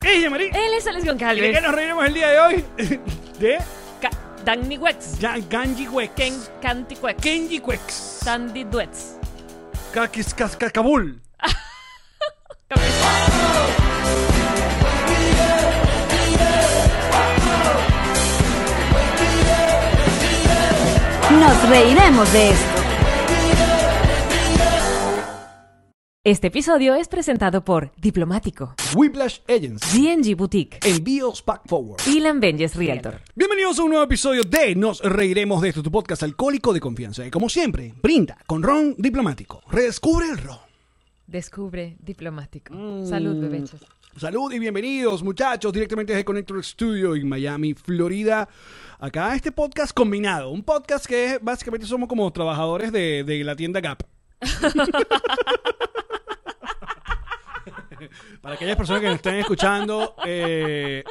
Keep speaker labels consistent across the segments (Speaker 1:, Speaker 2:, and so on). Speaker 1: Alicia Marí.
Speaker 2: Él es Alex
Speaker 1: ¿Y de qué
Speaker 2: Goncalves.
Speaker 1: nos reiremos el día de hoy? De
Speaker 2: Ca- Danny Wex.
Speaker 1: Ya- Ganji Wex.
Speaker 2: Ken Canti Wex.
Speaker 1: Kenji Wex.
Speaker 2: Sandy Duets.
Speaker 1: Kakis Kas- Kas- Kabul.
Speaker 3: Nos reiremos de esto.
Speaker 2: Este episodio es presentado por Diplomático,
Speaker 1: Whiplash Agents.
Speaker 2: GNG Boutique
Speaker 1: Envíos Pack Forward.
Speaker 2: y Lambenges Realtor.
Speaker 1: Bienvenidos a un nuevo episodio de Nos Reiremos de esto, tu podcast alcohólico de confianza. Y como siempre, brinda con ron diplomático. Redescubre el ron.
Speaker 2: Descubre Diplomático. Salud, bebechos.
Speaker 1: Salud y bienvenidos, muchachos, directamente desde Connector Studio en Miami, Florida. Acá este podcast combinado, un podcast que básicamente somos como trabajadores de, de la tienda Gap. Para aquellas personas que nos estén escuchando, eh,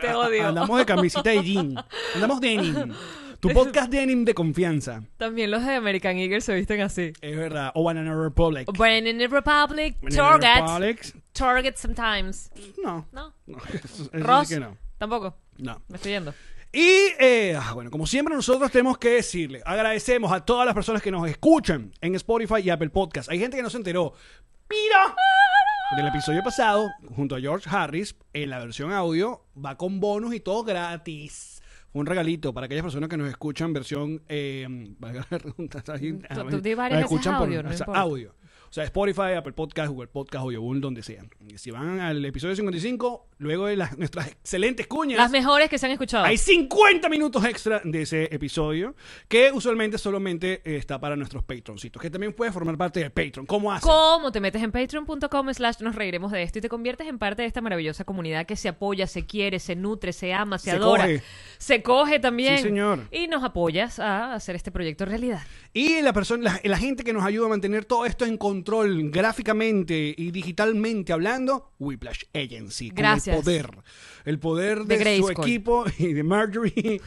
Speaker 2: te odio.
Speaker 1: andamos de camisita y jean, andamos denim, tu podcast denim de confianza,
Speaker 2: También los de American Eagle se visten así.
Speaker 1: es verdad, o Banana Republic.
Speaker 2: When in the Republic,
Speaker 1: Banana
Speaker 2: Target.
Speaker 1: Republic,
Speaker 2: Target sometimes.
Speaker 1: no,
Speaker 2: No.
Speaker 1: no, eso- eso
Speaker 2: Ross.
Speaker 1: sí que no,
Speaker 2: Tampoco.
Speaker 1: no.
Speaker 2: Me estoy yendo.
Speaker 1: Y eh, ah, bueno, como siempre nosotros tenemos que decirle, agradecemos a todas las personas que nos escuchan en Spotify y Apple Podcast. Hay gente que no se enteró. ¡Mira! Del episodio pasado, junto a George Harris, en la versión audio, va con bonus y todo gratis. Fue Un regalito para aquellas personas que nos escuchan versión... Eh, valga la redundancia, ahí,
Speaker 2: Tú-
Speaker 1: ah,
Speaker 2: tú di varias
Speaker 1: nos
Speaker 2: veces audio, no
Speaker 1: o sea,
Speaker 2: importa.
Speaker 1: audio. O sea, Spotify, Apple Podcast, Google Podcast, Audioboom, donde sean. Y si van al episodio 55, luego de las, nuestras excelentes cuñas...
Speaker 2: Las mejores que se han escuchado.
Speaker 1: Hay 50 minutos extra de ese episodio que usualmente solamente eh, está para nuestros patroncitos, que también puede formar parte de Patreon. ¿Cómo hace?
Speaker 2: ¿Cómo te metes en patreon.com slash nos reiremos de esto y te conviertes en parte de esta maravillosa comunidad que se apoya, se quiere, se nutre, se ama,
Speaker 1: Se
Speaker 2: se, adora?
Speaker 1: coge.
Speaker 2: Se coge también.
Speaker 1: Sí, señor.
Speaker 2: Y nos apoyas a hacer este proyecto realidad.
Speaker 1: Y la, persona, la, la gente que nos ayuda a mantener todo esto en control gráficamente y digitalmente hablando, Whiplash Agency. con
Speaker 2: Gracias.
Speaker 1: el poder. El poder de,
Speaker 2: De
Speaker 1: su
Speaker 2: Grayskull.
Speaker 1: equipo y de Marjorie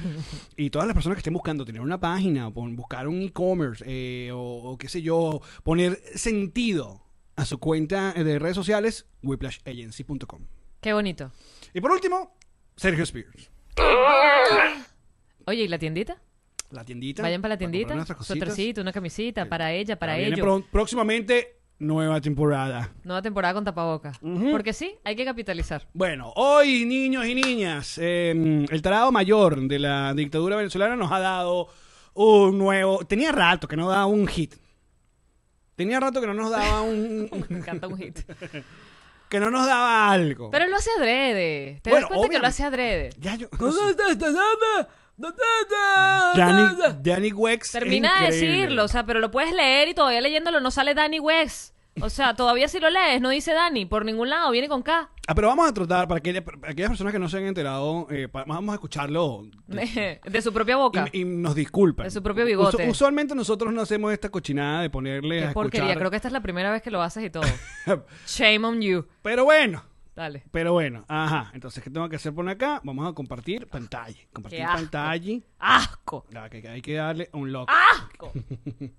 Speaker 1: y todas las personas que estén buscando tener una página, o pon- buscar un e-commerce eh, o, o qué sé yo, poner sentido a su cuenta de redes sociales, whiplashagency.com.
Speaker 2: Qué bonito.
Speaker 1: Y por último, Sergio Spears.
Speaker 2: Oye, ¿y la tiendita?
Speaker 1: La tiendita.
Speaker 2: Vayan para la
Speaker 1: comprar
Speaker 2: tiendita.
Speaker 1: nuestras cositas.
Speaker 2: Suétercito, una camisita, para ella, para
Speaker 1: Viene
Speaker 2: ellos.
Speaker 1: pro- próximamente, nueva temporada.
Speaker 2: Nueva temporada con tapabocas. Porque sí, hay que capitalizar.
Speaker 1: Bueno, hoy, niños y niñas, eh, el tarado mayor de la dictadura venezolana nos ha dado un nuevo. Tenía rato que no daba un hit. Tenía rato que no nos daba un.
Speaker 2: Me encanta un hit.
Speaker 1: que no nos daba algo.
Speaker 2: Pero él lo hace adrede. ¿Te
Speaker 1: Bueno,
Speaker 2: das cuenta que lo
Speaker 1: obviamente.
Speaker 2: hace adrede?
Speaker 1: Ya yo. Danny,
Speaker 2: Danny,
Speaker 1: Danny Wex. es
Speaker 2: Termina de
Speaker 1: increíble.
Speaker 2: decirlo, o sea, pero lo puedes leer y todavía leyéndolo no sale Danny Wex. O sea, todavía si lo lees no dice Danny por ningún lado, viene con K.
Speaker 1: Ah, pero vamos a tratar, para, aquella- para aquellas personas que no se han enterado, eh, pa- vamos a escucharlo
Speaker 2: De su propia boca.
Speaker 1: Y, y nos disculpan.
Speaker 2: De su propio bigote.
Speaker 1: usualmente nosotros no hacemos esta cochinada de ponerle
Speaker 2: Qué
Speaker 1: a
Speaker 2: porquería,
Speaker 1: escuchar.
Speaker 2: creo que esta es la primera vez que lo haces y todo. Shame on you.
Speaker 1: Pero bueno,
Speaker 2: Dale.
Speaker 1: pero bueno. Ajá. Entonces, ¿qué tengo que hacer por acá? Vamos a compartir pantalla. Compartir
Speaker 2: Qué asco.
Speaker 1: pantalla.
Speaker 2: Asco.
Speaker 1: Ah, que- que hay que darle un lock.
Speaker 2: Asco.
Speaker 1: Ajá.
Speaker 2: ¡Ah! Qué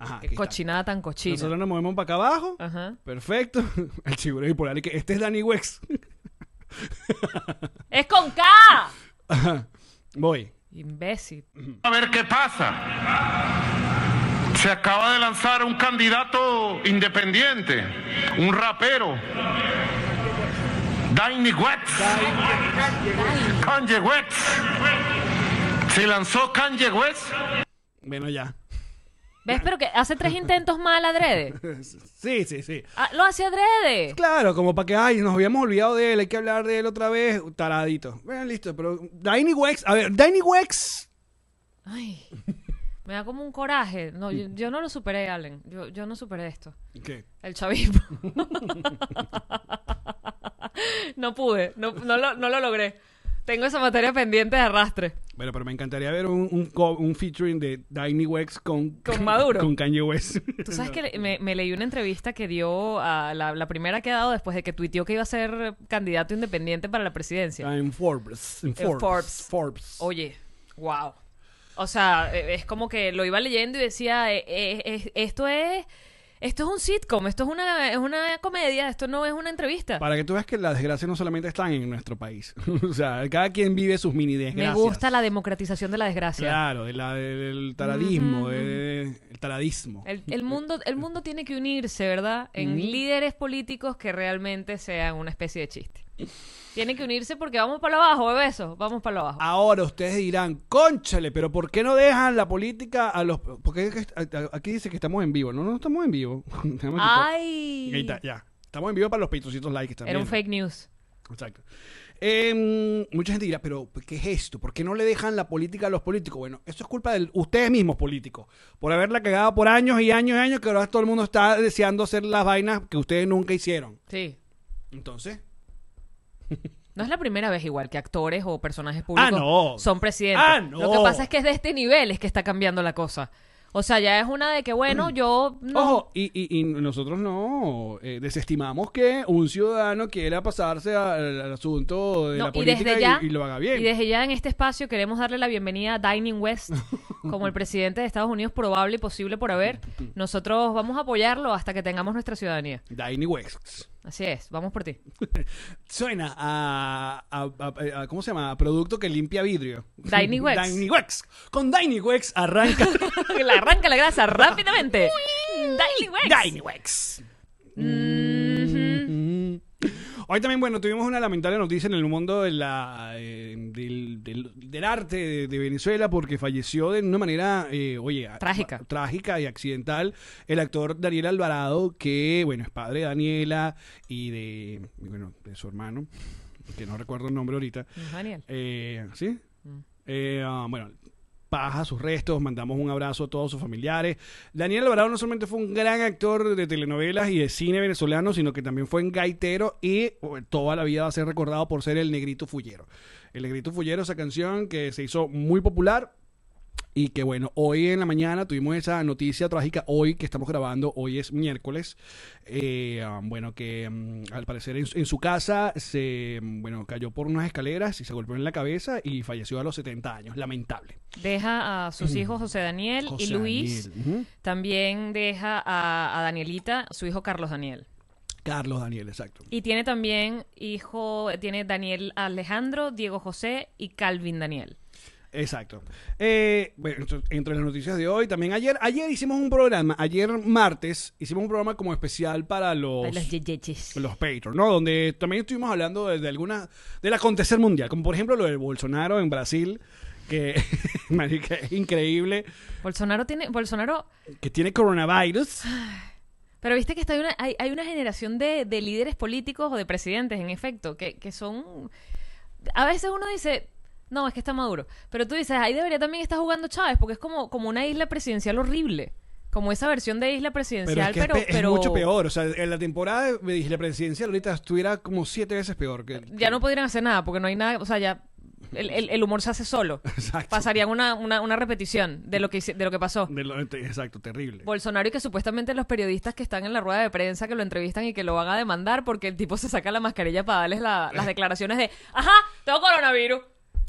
Speaker 2: Ah.
Speaker 1: aquí está.
Speaker 2: cochinada tan cochina.
Speaker 1: Nosotros nos movemos para acá abajo.
Speaker 2: Ajá.
Speaker 1: Perfecto. El seguro bipolar. y que este es Danny Wex.
Speaker 2: Es con K.
Speaker 1: Ajá. Voy.
Speaker 2: Imbécil.
Speaker 4: A ver qué pasa. Se acaba de lanzar un candidato independiente, un rapero. Danny Wex. Kanye West. Se lanzó Kanye West.
Speaker 1: Bueno, ya.
Speaker 2: ¿Ves? Pero que hace tres intentos mal adrede.
Speaker 1: Sí, sí, sí.
Speaker 2: Ah, lo hace adrede.
Speaker 1: Claro, como para que, ay, nos habíamos olvidado de él, hay que hablar de él otra vez, taradito. Bueno, listo, pero Danny Wex, a ver, Danny Wex,
Speaker 2: Ay, me da como un coraje. No, yo, yo no lo superé, Allen. Yo, yo no superé esto.
Speaker 1: ¿Qué?
Speaker 2: El chavismo. no pude, no, no, lo, no lo logré. Tengo esa materia pendiente de arrastre.
Speaker 1: Bueno, pero me encantaría ver un, un, co- un featuring de Danny Wex con,
Speaker 2: Con Maduro.
Speaker 1: Con Kanye West.
Speaker 2: Tú sabes que le- me, me leí una entrevista que dio a la, la primera que ha dado después de que tuiteó que iba a ser candidato independiente para la presidencia.
Speaker 1: Ah, en Forbes. En
Speaker 2: En
Speaker 1: Forbes.
Speaker 2: Forbes. Oh,
Speaker 1: Forbes.
Speaker 2: Oye, wow. e, O sea, eh, es como que lo iba leyendo y decía, eh, eh, eh, e, esto es Esto es un sitcom, esto es una, es una comedia, esto no es una entrevista.
Speaker 1: Para que tú veas que las desgracias no solamente están en nuestro país. o sea, cada quien vive sus mini
Speaker 2: Me
Speaker 1: desgracias.
Speaker 2: gusta la democratización de la desgracia.
Speaker 1: Claro, de la- del taradismo, de- el taradismo.
Speaker 2: El, el mundo, el mundo tiene que unirse, ¿verdad? En líderes políticos que realmente sean una especie de chiste. Tiene que unirse porque vamos para abajo, besos, vamos para abajo.
Speaker 1: Ahora ustedes dirán, cónchale, pero ¿por qué no dejan la política a los...? Porque es que- a- a- aquí dice que estamos en vivo. No, no estamos en vivo. Déjame quitar. Ahí
Speaker 2: Ay,
Speaker 1: está, ya. Estamos en vivo para los pitositos likes también.
Speaker 2: era un fake news.
Speaker 1: Exacto. Em, mucha gente dirá, pero ¿qué es esto? ¿Por qué no le dejan la política a los políticos? Bueno, eso es culpa de ustedes mismos políticos, por haberla cagado por años y años y años, que ahora todo el mundo está deseando hacer las vainas que ustedes nunca hicieron.
Speaker 2: Sí.
Speaker 1: Entonces,
Speaker 2: No es la primera vez igual que actores o personajes públicos
Speaker 1: Ah, no.
Speaker 2: son presidentes.
Speaker 1: Ah, no.
Speaker 2: Lo que pasa es que es de este nivel es que está cambiando la cosa. O sea, ya es una de que, bueno, yo no...
Speaker 1: ojo, y, y- y nosotros no eh, desestimamos que un ciudadano quiera pasarse al, al asunto de
Speaker 2: No,
Speaker 1: la política y, y lo haga bien.
Speaker 2: Y desde ya en este espacio queremos darle la bienvenida a Dining West como el presidente de Estados Unidos probable y posible por haber. Nosotros vamos a apoyarlo hasta que tengamos nuestra ciudadanía.
Speaker 1: Dine West.
Speaker 2: Así es, vamos por ti.
Speaker 1: Suena a, a- a- a- ¿cómo se llama? A producto que limpia vidrio.
Speaker 2: Dyniwex.
Speaker 1: Dyniwex. Con Dyniwex arranca
Speaker 2: Le arranca la grasa rápidamente. Dining West.
Speaker 1: Dyniwex. Mm. Hoy también, bueno, tuvimos una lamentable noticia en el mundo de la, eh, del, del- del arte de, de Venezuela porque falleció de una manera, eh, oye, a-
Speaker 2: Trágica.
Speaker 1: a- trágica y accidental el actor Daniel Alvarado, que, bueno, es padre de Daniela y de, bueno, de su hermano, que no recuerdo el nombre ahorita.
Speaker 2: Daniel.
Speaker 1: Eh, ¿Sí? Eh, ah, bueno, paz a sus restos, mandamos un abrazo a todos sus familiares. Daniel Alvarado no solamente fue un gran actor de telenovelas y de cine venezolano, sino que también fue un gaitero y oh, toda la vida va a ser recordado por ser el negrito fullero. El negrito fullero, esa canción que se hizo muy popular. Y que bueno, hoy en la mañana tuvimos esa noticia trágica, hoy que estamos grabando, hoy es miércoles, eh, ah, bueno, que mm, al parecer en, su- en su casa se, mm, bueno, cayó por unas escaleras y se golpeó en la cabeza y falleció a los 70 años, lamentable.
Speaker 2: Deja a sus hijos José Daniel
Speaker 1: José
Speaker 2: y Luis.
Speaker 1: Daniel, ujú.
Speaker 2: También deja a, a Danielita, su hijo Carlos Daniel.
Speaker 1: Carlos Daniel, exacto.
Speaker 2: Y tiene también hijo, tiene Daniel Alejandro, Diego José y Calvin Daniel.
Speaker 1: Exacto. Eh, bueno, ent- entre las noticias de hoy, también ayer, ayer hicimos un programa, ayer martes, hicimos un programa como especial para los...
Speaker 2: Ay, los yeyeches.
Speaker 1: los Patreon, ¿no? Donde también estuvimos hablando de, de alguna, del acontecer mundial, como por ejemplo lo del Bolsonaro en Brasil, que marica, es increíble,
Speaker 2: Bolsonaro tiene. Bolsonaro.
Speaker 1: que tiene coronavirus.
Speaker 2: Ah, Pero viste que está hay una, hay, hay una generación de, de líderes políticos o de presidentes, en efecto, que, que son. A veces uno dice. No, es que está Maduro. Pero tú dices, ahí debería también estar jugando Chávez, porque es como, como una isla presidencial horrible. Como esa versión de isla
Speaker 1: Pero es,
Speaker 2: presidencial,
Speaker 1: que es
Speaker 2: pero.
Speaker 1: pe- es
Speaker 2: pero-
Speaker 1: mucho peor. O sea, en la temporada de la presidencial ahorita estuviera como siete veces peor. Que,
Speaker 2: Ya no podrían hacer nada, porque no hay nada. O sea, ya. El, el- el humor se hace solo.
Speaker 1: Exacto.
Speaker 2: Pasarían una, una, una repetición de lo que, hice- de lo que pasó.
Speaker 1: de lo- te- exacto, terrible.
Speaker 2: Bolsonaro y que supuestamente los periodistas que están en la rueda de prensa que lo entrevistan y que lo van a demandar porque el tipo se saca la mascarilla para darles la- las declaraciones de, ajá, tengo coronavirus.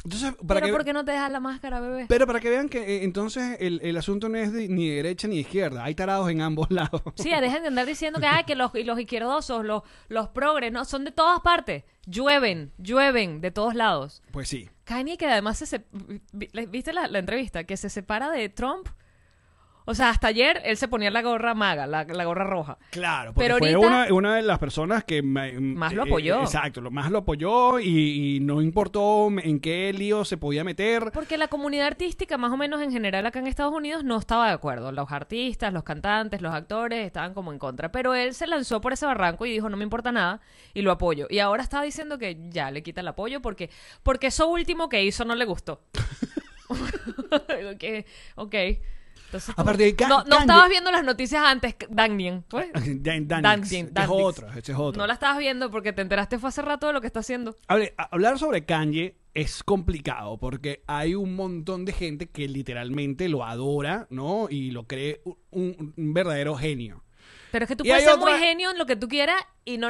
Speaker 1: Entonces, para
Speaker 2: Pero
Speaker 1: que,
Speaker 2: ¿por qué no te dejas la máscara, bebé?
Speaker 1: pero para que vean que eh, entonces el, el asunto no es de- ni de derecha ni de izquierda. Hay tarados en ambos lados.
Speaker 2: Sí, dejen de andar diciendo que, ay, que los, y los izquierdosos, los, los progres, no, son de todas partes. Llueven, llueven de todos lados.
Speaker 1: Pues sí.
Speaker 2: Kanye que además se... se- vi- ¿Viste la, la entrevista? Que se separa de Trump. O sea, hasta ayer él se ponía la gorra maga, la, la gorra roja.
Speaker 1: Claro, porque
Speaker 2: Pero
Speaker 1: fue
Speaker 2: ahorita-
Speaker 1: una, una de las personas que ma-
Speaker 2: Más lo
Speaker 1: eh,
Speaker 2: apoyó.
Speaker 1: exacto, lo más lo apoyó y, y no importó en qué lío se podía meter.
Speaker 2: Porque la comunidad artística, más o menos en general acá en Estados Unidos, no estaba de acuerdo. Los artistas, los cantantes, los actores estaban como en contra. Pero él se lanzó por ese barranco y dijo, no me importa nada, y lo apoyo. Y ahora está diciendo que ya le quita el apoyo porque, porque eso último que hizo no le gustó. ok. ok. Entonces, como-
Speaker 1: Aparte de Ka-
Speaker 2: no, no
Speaker 1: Kanye-
Speaker 2: estabas viendo las noticias antes, Daniel. ¿fue?
Speaker 1: Dan- Dan-
Speaker 2: Dan-
Speaker 1: ese es
Speaker 2: Dan-
Speaker 1: otro, ese es otro.
Speaker 2: pues. No la estabas viendo porque te enteraste fue hace rato de lo que está haciendo.
Speaker 1: Hable- a- hablar sobre Kanye es complicado porque hay un montón de gente que literalmente lo adora, ¿no? Y lo cree un, un- un verdadero genio.
Speaker 2: Pero es que tú
Speaker 1: Y
Speaker 2: puedes
Speaker 1: hay
Speaker 2: ser muy
Speaker 1: otra-
Speaker 2: genio en lo que tú quieras y no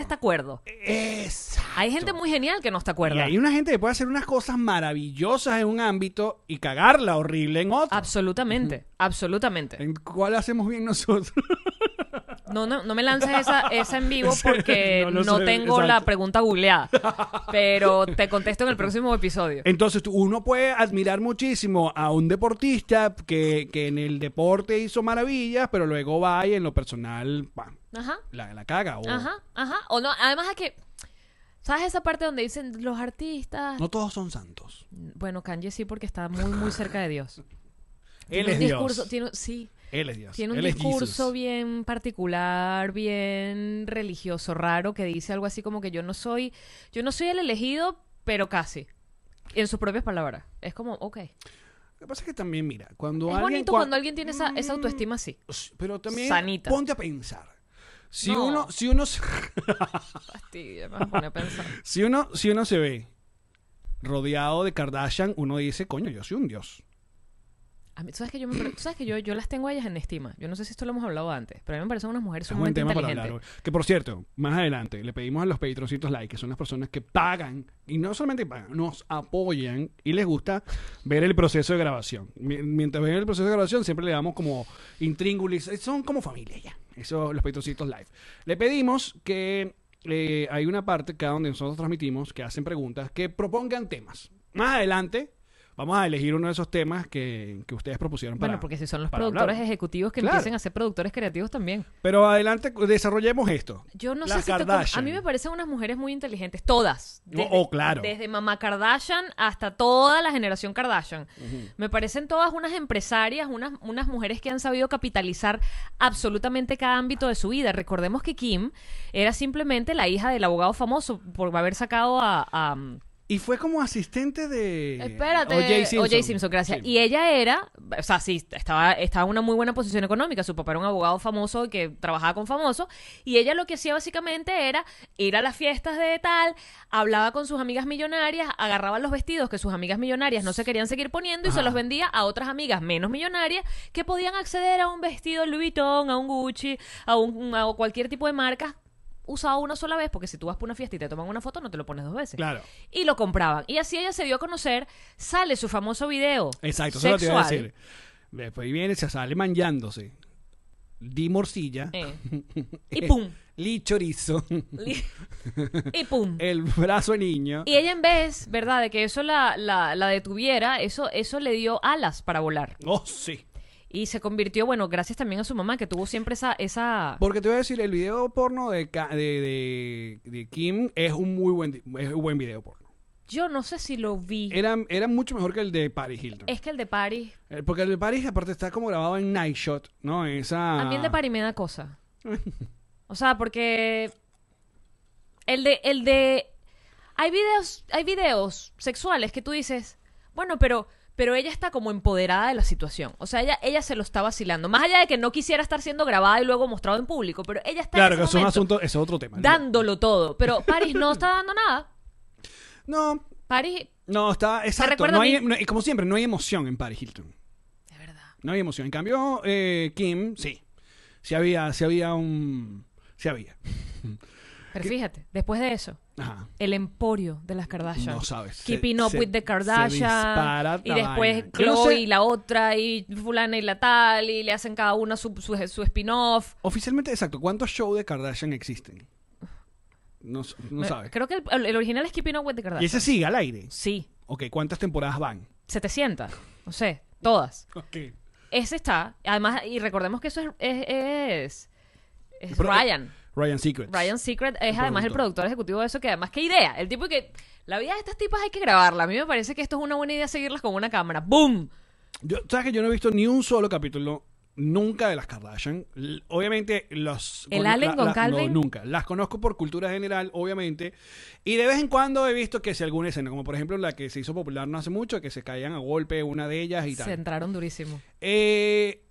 Speaker 1: Exacto.
Speaker 2: está acuerdo.
Speaker 1: Exacto.
Speaker 2: Hay gente muy genial que no está
Speaker 1: Y
Speaker 2: acuerda.
Speaker 1: hay una gente que puede hacer unas cosas maravillosas en un ámbito y
Speaker 2: Ah.
Speaker 1: cagarla horrible en otro.
Speaker 2: Absolutamente, absolutamente.
Speaker 1: ¿En cuál hacemos bien nosotros?
Speaker 2: No, no, no me lances esa, esa en vivo porque
Speaker 1: No, no
Speaker 2: no,
Speaker 1: sé,
Speaker 2: tengo la
Speaker 1: exacto.
Speaker 2: pregunta googleada. Pero te contesto en el próximo episodio.
Speaker 1: Entonces, tú- uno puede admirar muchísimo a un deportista que, que en el deporte hizo maravillas, pero luego va y en lo personal, pa,
Speaker 2: Ajá.
Speaker 1: la, la caga. O,
Speaker 2: Ajá, ajá. O no, además es que. ¿Sabes esa parte donde dicen los artistas?
Speaker 1: No todos son santos.
Speaker 2: Bueno, Kanye sí, porque está muy, muy cerca de Dios.
Speaker 1: Él
Speaker 2: Tiene
Speaker 1: es
Speaker 2: un discurso,
Speaker 1: Dios.
Speaker 2: tiene un- sí,
Speaker 1: Él es Dios.
Speaker 2: tiene un
Speaker 1: Él es
Speaker 2: discurso
Speaker 1: Jesus.
Speaker 2: bien particular, bien religioso, raro, que dice algo así como que yo no soy, yo no soy el elegido, pero casi. En sus propias palabras. Es como, ok.
Speaker 1: Lo que pasa es que también, mira, cuando
Speaker 2: es
Speaker 1: alguien...
Speaker 2: bonito
Speaker 1: cua-
Speaker 2: cuando alguien tiene esa, esa
Speaker 1: Mm,
Speaker 2: autoestima así.
Speaker 1: Pero también
Speaker 2: sanita.
Speaker 1: ponte a pensar. Si
Speaker 2: No.
Speaker 1: uno, si uno, se-
Speaker 2: Fastidio, me pone a pensar.
Speaker 1: si uno, si uno se ve rodeado de Kardashian, uno dice, coño, yo soy un dios.
Speaker 2: A mí, ¿tú sabes que, yo, me, tú sabes que yo, yo las tengo a ellas en estima? Yo no sé si esto lo hemos hablado antes, pero a mí me parecen unas mujeres
Speaker 1: Es un buen
Speaker 2: sumamente
Speaker 1: tema para hablar.
Speaker 2: inteligentes.
Speaker 1: hoy. Que por cierto, más adelante le pedimos a los patroncitos like, que son las personas que pagan, y no solamente pagan, nos apoyan y les gusta ver el proceso de grabación. Mi- Mientras ven el proceso de grabación, siempre le damos como intríngulis, eh, son como familia ya. Eso, los patroncitos live. Le pedimos que eh, hay una parte acá donde nosotros transmitimos que hacen preguntas, que propongan temas. Más adelante. Vamos a elegir uno de esos temas que, que ustedes propusieron para
Speaker 2: bueno, porque si son los
Speaker 1: para
Speaker 2: productores
Speaker 1: hablar.
Speaker 2: ejecutivos que
Speaker 1: Claro.
Speaker 2: empiecen a ser productores creativos también.
Speaker 1: Pero adelante, desarrollemos esto.
Speaker 2: Yo no
Speaker 1: Las
Speaker 2: sé si te con-
Speaker 1: Kardashian.
Speaker 2: A mí me parecen unas mujeres muy inteligentes, todas.
Speaker 1: No, oh, claro.
Speaker 2: Desde mamá Kardashian hasta toda la generación Kardashian. Me parecen todas unas empresarias, unas, unas mujeres que han sabido capitalizar absolutamente cada ámbito de su vida. Recordemos que Kim era simplemente la hija del abogado famoso por haber sacado a- a
Speaker 1: Y fue como asistente de.
Speaker 2: Espérate,
Speaker 1: O.J. Simpson.
Speaker 2: gracias.
Speaker 1: Sí.
Speaker 2: Y ella era, o sea, sí, estaba, estaba en una muy buena posición económica. Su papá era un abogado famoso que trabajaba con famosos. Y ella lo que hacía básicamente era ir a las fiestas de tal, hablaba con sus amigas millonarias, agarraba los vestidos que sus amigas millonarias no se querían seguir poniendo y
Speaker 1: Ajá.
Speaker 2: se los vendía a otras amigas menos millonarias que podían acceder a un vestido Louis Vuitton, a un Gucci, a, un, a cualquier tipo de marca usado una sola vez, porque si tú vas por una fiesta y te toman una foto, no te lo pones dos veces
Speaker 1: Claro.
Speaker 2: y lo compraban. Y así ella se dio a conocer, sale su famoso video.
Speaker 1: Exacto, eso es lo
Speaker 2: sexual.
Speaker 1: que te iba a decir. Después viene, se sale manjándose. Di morcilla.
Speaker 2: Eh. Y pum.
Speaker 1: Li chorizo.
Speaker 2: Li- y pum.
Speaker 1: El brazo de niño.
Speaker 2: Y ella en vez, ¿verdad?, de que eso la, la, la detuviera, eso, eso le dio alas para volar.
Speaker 1: Oh, sí.
Speaker 2: Y se convirtió, bueno, gracias también a su mamá, que tuvo siempre esa... esa...
Speaker 1: Porque te voy a decir, el video porno de, Ka- de, de- de Kim es un muy buen, di- es un buen video porno.
Speaker 2: Yo no sé si lo vi.
Speaker 1: Era, era mucho mejor que el de Paris Hilton.
Speaker 2: Es que el de Paris...
Speaker 1: Eh, Porque el de Paris, aparte, está como grabado en night shot, ¿no? En esa...
Speaker 2: A mí el de Paris me da cosa. O sea, porque el de, el de hay videos, hay videos sexuales que tú dices, bueno, pero, pero ella está como empoderada de la situación. O sea, ella, ella se lo está vacilando. Más allá de que no quisiera estar siendo grabada y luego mostrado en público, pero ella está
Speaker 1: Claro,
Speaker 2: en
Speaker 1: que eso
Speaker 2: ese
Speaker 1: es, un
Speaker 2: momento
Speaker 1: asunto, eso es otro tema.
Speaker 2: dándolo todo. Pero Paris no está dando nada.
Speaker 1: No,
Speaker 2: Paris,
Speaker 1: No, está exacto.
Speaker 2: recuerda
Speaker 1: No
Speaker 2: a mí?
Speaker 1: hay, em, no- y como siempre, no hay emoción en Paris Hilton.
Speaker 2: de verdad.
Speaker 1: No hay emoción. En cambio, eh, Kim, sí. Sí había, sí había un. Sí había.
Speaker 2: Pero fíjate, después de eso,
Speaker 1: Ajá.
Speaker 2: el emporio de las Kardashian.
Speaker 1: No sabes.
Speaker 2: Ah, Keeping
Speaker 1: Se-
Speaker 2: Up
Speaker 1: se-
Speaker 2: with the
Speaker 1: se dispara
Speaker 2: Kardashian. Y
Speaker 1: la
Speaker 2: después
Speaker 1: vaina. Yo no
Speaker 2: Chloe
Speaker 1: sé-
Speaker 2: y la otra, y fulana y la tal, y le hacen cada una su, su, su spin-off.
Speaker 1: Oficialmente, exacto. ¿Cuántos shows de Kardashian existen? No, s- no
Speaker 2: Me-
Speaker 1: sabes.
Speaker 2: Creo que el, el original es Keeping Up with the
Speaker 1: Y
Speaker 2: Kardashian.
Speaker 1: ese sigue al aire.
Speaker 2: Sí,
Speaker 1: Ok, ¿cuántas temporadas van?
Speaker 2: 700. No sé, todas.
Speaker 1: Ok.
Speaker 2: Ese está. Además, y recordemos que eso es... es, es- es
Speaker 1: Pero-
Speaker 2: Ryan.
Speaker 1: Ryan Secrets.
Speaker 2: Ryan Secret es además el
Speaker 1: productor.
Speaker 2: productor ejecutivo de eso, que además, qué idea. El tipo que... La vida de estas tipas hay que grabarla. A mí me parece que esto es una buena idea seguirlas con una cámara. ¡Boom!
Speaker 1: Yo, ¿Sabes que yo no he visto ni un solo capítulo nunca de las Kardashian? L- obviamente los...
Speaker 2: ¿El Allen con Calvin?
Speaker 1: No, nunca. Las conozco por cultura general, obviamente. Y de vez en cuando he visto que si alguna escena, como por ejemplo la que se hizo popular no hace mucho, que se caían a golpe una de ellas y
Speaker 2: Se
Speaker 1: tal.
Speaker 2: entraron durísimo.
Speaker 1: Eh,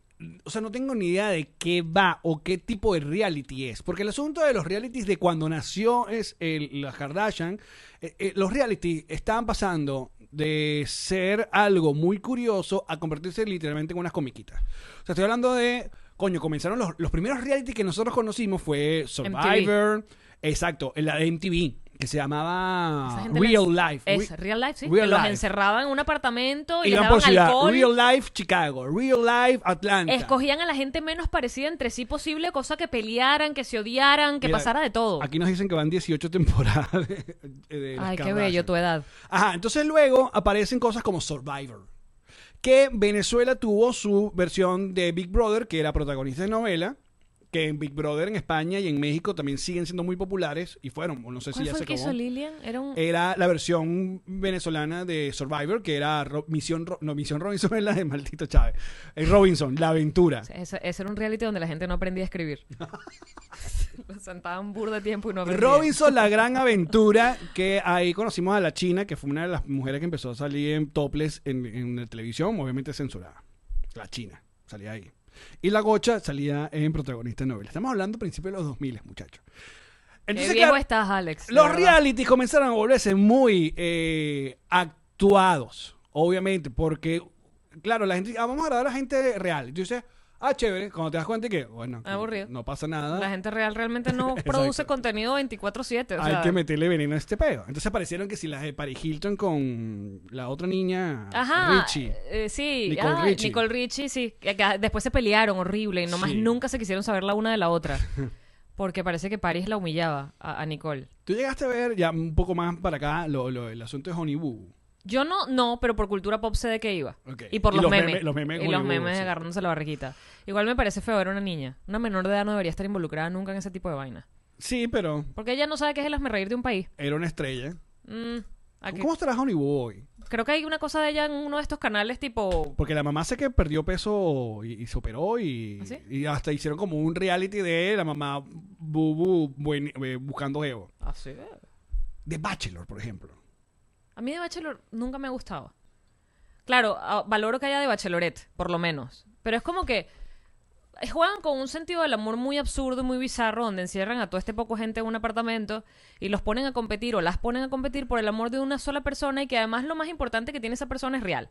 Speaker 1: o sea, no tengo ni idea de qué va o qué tipo de reality es. Porque el asunto de los realities de cuando nació es el, las Kardashian, eh, eh, los realities estaban pasando de ser algo muy curioso a convertirse literalmente en unas comiquitas. O sea, estoy hablando de, coño, comenzaron los, los primeros realities que nosotros conocimos fue Survivor, exacto, en la de MTV. que se llamaba
Speaker 2: Esa gente
Speaker 1: Real
Speaker 2: las-
Speaker 1: Life.
Speaker 2: Es,
Speaker 1: Re-
Speaker 2: Real Life, sí.
Speaker 1: Real
Speaker 2: que los
Speaker 1: Life.
Speaker 2: encerraban en un apartamento y les
Speaker 1: Iban
Speaker 2: daban
Speaker 1: por ciudad.
Speaker 2: alcohol.
Speaker 1: Real Life Chicago, Real Life Atlanta.
Speaker 2: Escogían a la gente menos parecida entre sí posible, cosa que pelearan, que se odiaran, que
Speaker 1: Mira,
Speaker 2: pasara de todo.
Speaker 1: Aquí nos dicen que van 18 temporadas de, de las
Speaker 2: Ay, qué
Speaker 1: Kardashian.
Speaker 2: bello tu edad.
Speaker 1: Ajá, entonces luego aparecen cosas como Survivor. Que Venezuela tuvo su versión de Big Brother, que era protagonista de novela. Que en Big Brother en España y en México también siguen siendo muy populares. Y fueron, o no sé Eh. si
Speaker 2: ¿Cuál
Speaker 1: ya
Speaker 2: fue
Speaker 1: se
Speaker 2: el que
Speaker 1: acabó.
Speaker 2: hizo Lilian? Era un...
Speaker 1: Era la versión venezolana de Survivor, que era Ro- Misión, Ro- no, Misión Robinson, es la de Maldito Chávez. Eh, Robinson, la aventura.
Speaker 2: Ese, ese era un reality donde la gente no aprendía a escribir. Lo sentaban burda de tiempo y no aprendían.
Speaker 1: Robinson, la gran aventura, que ahí conocimos a la China, que fue una de las mujeres que empezó a salir en toples en, en la televisión, obviamente censurada. La China, salía ahí. Y la Gocha salía en protagonista de novela. Estamos hablando a principios de los 2000, muchachos.
Speaker 2: Qué
Speaker 1: Entonces,
Speaker 2: viejo
Speaker 1: claro,
Speaker 2: estás, Alex. de
Speaker 1: los
Speaker 2: verdad.
Speaker 1: realities comenzaron a volverse muy eh, actuados, obviamente, porque, claro, la gente, ah, vamos a grabar a la gente real. Y tú dices, ah, chévere, cuando te das cuenta que, bueno,
Speaker 2: Aburrido.
Speaker 1: no pasa nada.
Speaker 2: La gente real realmente no produce contenido 24-7. o
Speaker 1: Hay
Speaker 2: sea-
Speaker 1: que meterle veneno a este pedo. Entonces aparecieron que si las de Paris Hilton con la otra niña,
Speaker 2: Ajá.
Speaker 1: Richie.
Speaker 2: eh, sí.
Speaker 1: Nicole
Speaker 2: ah,
Speaker 1: Richie.
Speaker 2: Nicole Richie, sí. Que- que Después se pelearon horrible y nomás
Speaker 1: Sí.
Speaker 2: nunca se quisieron saber la una de la otra. Porque parece que París la humillaba a, a Nicole.
Speaker 1: Tú llegaste a ver ya un poco más para acá lo, lo- el asunto de Honey Boo.
Speaker 2: Yo no, no, pero por cultura pop sé de qué iba.
Speaker 1: Ok.
Speaker 2: Y por
Speaker 1: Y
Speaker 2: los,
Speaker 1: los
Speaker 2: memes.
Speaker 1: memes- los memes
Speaker 2: Y los
Speaker 1: Hollywood,
Speaker 2: memes
Speaker 1: sí.
Speaker 2: agarrándose la barriquita. Igual me parece feo, era una niña. Una menor de edad no debería estar involucrada nunca en ese tipo de vaina.
Speaker 1: Sí, pero
Speaker 2: Porque ella no sabe qué es el hazme reír de un país.
Speaker 1: era una estrella.
Speaker 2: Mm, aquí-
Speaker 1: ¿Cómo estará Honey Boo hoy?
Speaker 2: Creo que hay una cosa de ella en uno de estos canales tipo...
Speaker 1: Porque la mamá sé que perdió peso y, y se operó y,
Speaker 2: ¿Ah, sí?
Speaker 1: y hasta hicieron como un reality de la mamá Bubu buen- eh, buscando Evo.
Speaker 2: Así eh, es.
Speaker 1: De Bachelor, por ejemplo.
Speaker 2: A mí de Bachelor nunca me ha gustado. Claro, a- valoro que haya de Bachelorette, por lo menos. Pero es como que eh, juegan con un sentido del amor muy absurdo, muy bizarro, donde encierran a todo este poco gente en un apartamento y los ponen a competir o las ponen a competir por el amor de una sola persona y que además lo más importante que tiene esa persona es real.